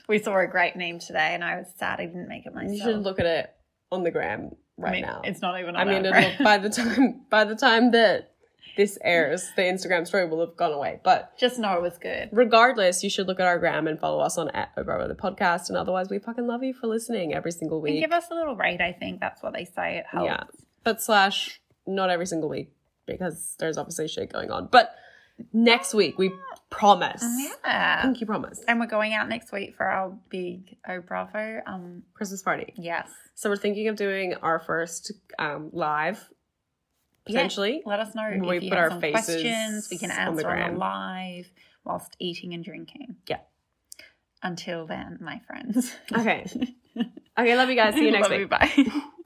A: We saw a great name today, and I was sad I didn't make it myself.
B: You should look at it on the gram
A: I
B: right
A: mean,
B: now.
A: It's not even.
B: I
A: On
B: mean,
A: our-
B: it'll, by the time by the time that this airs, the Instagram story will have gone away. But
A: just know it was good.
B: regardless, you should look at our gram and follow us on at Obrava the podcast. And otherwise, we fucking love you for listening every single
A: And
B: week.
A: give us a little rate. I think that's what they say. It helps.
B: Yeah. But slash not every single week because there's obviously shit going on. But next week we promise.
A: Oh, Uh-huh. Yeah.
B: Pinky promise.
A: And we're going out next week for our big Oh Bravo. Um,
B: Christmas party.
A: yes.
B: So we're thinking of doing our first um, live
A: Yeah.
B: potentially.
A: Let us know
B: We
A: if you
B: put
A: have
B: our
A: some
B: faces
A: questions. We can
B: on the
A: answer on the,
B: gram.
A: live whilst eating and drinking.
B: Yeah.
A: Until then, my friends.
B: Okay. okay, love you guys. See you next
A: Love
B: week.
A: Bye.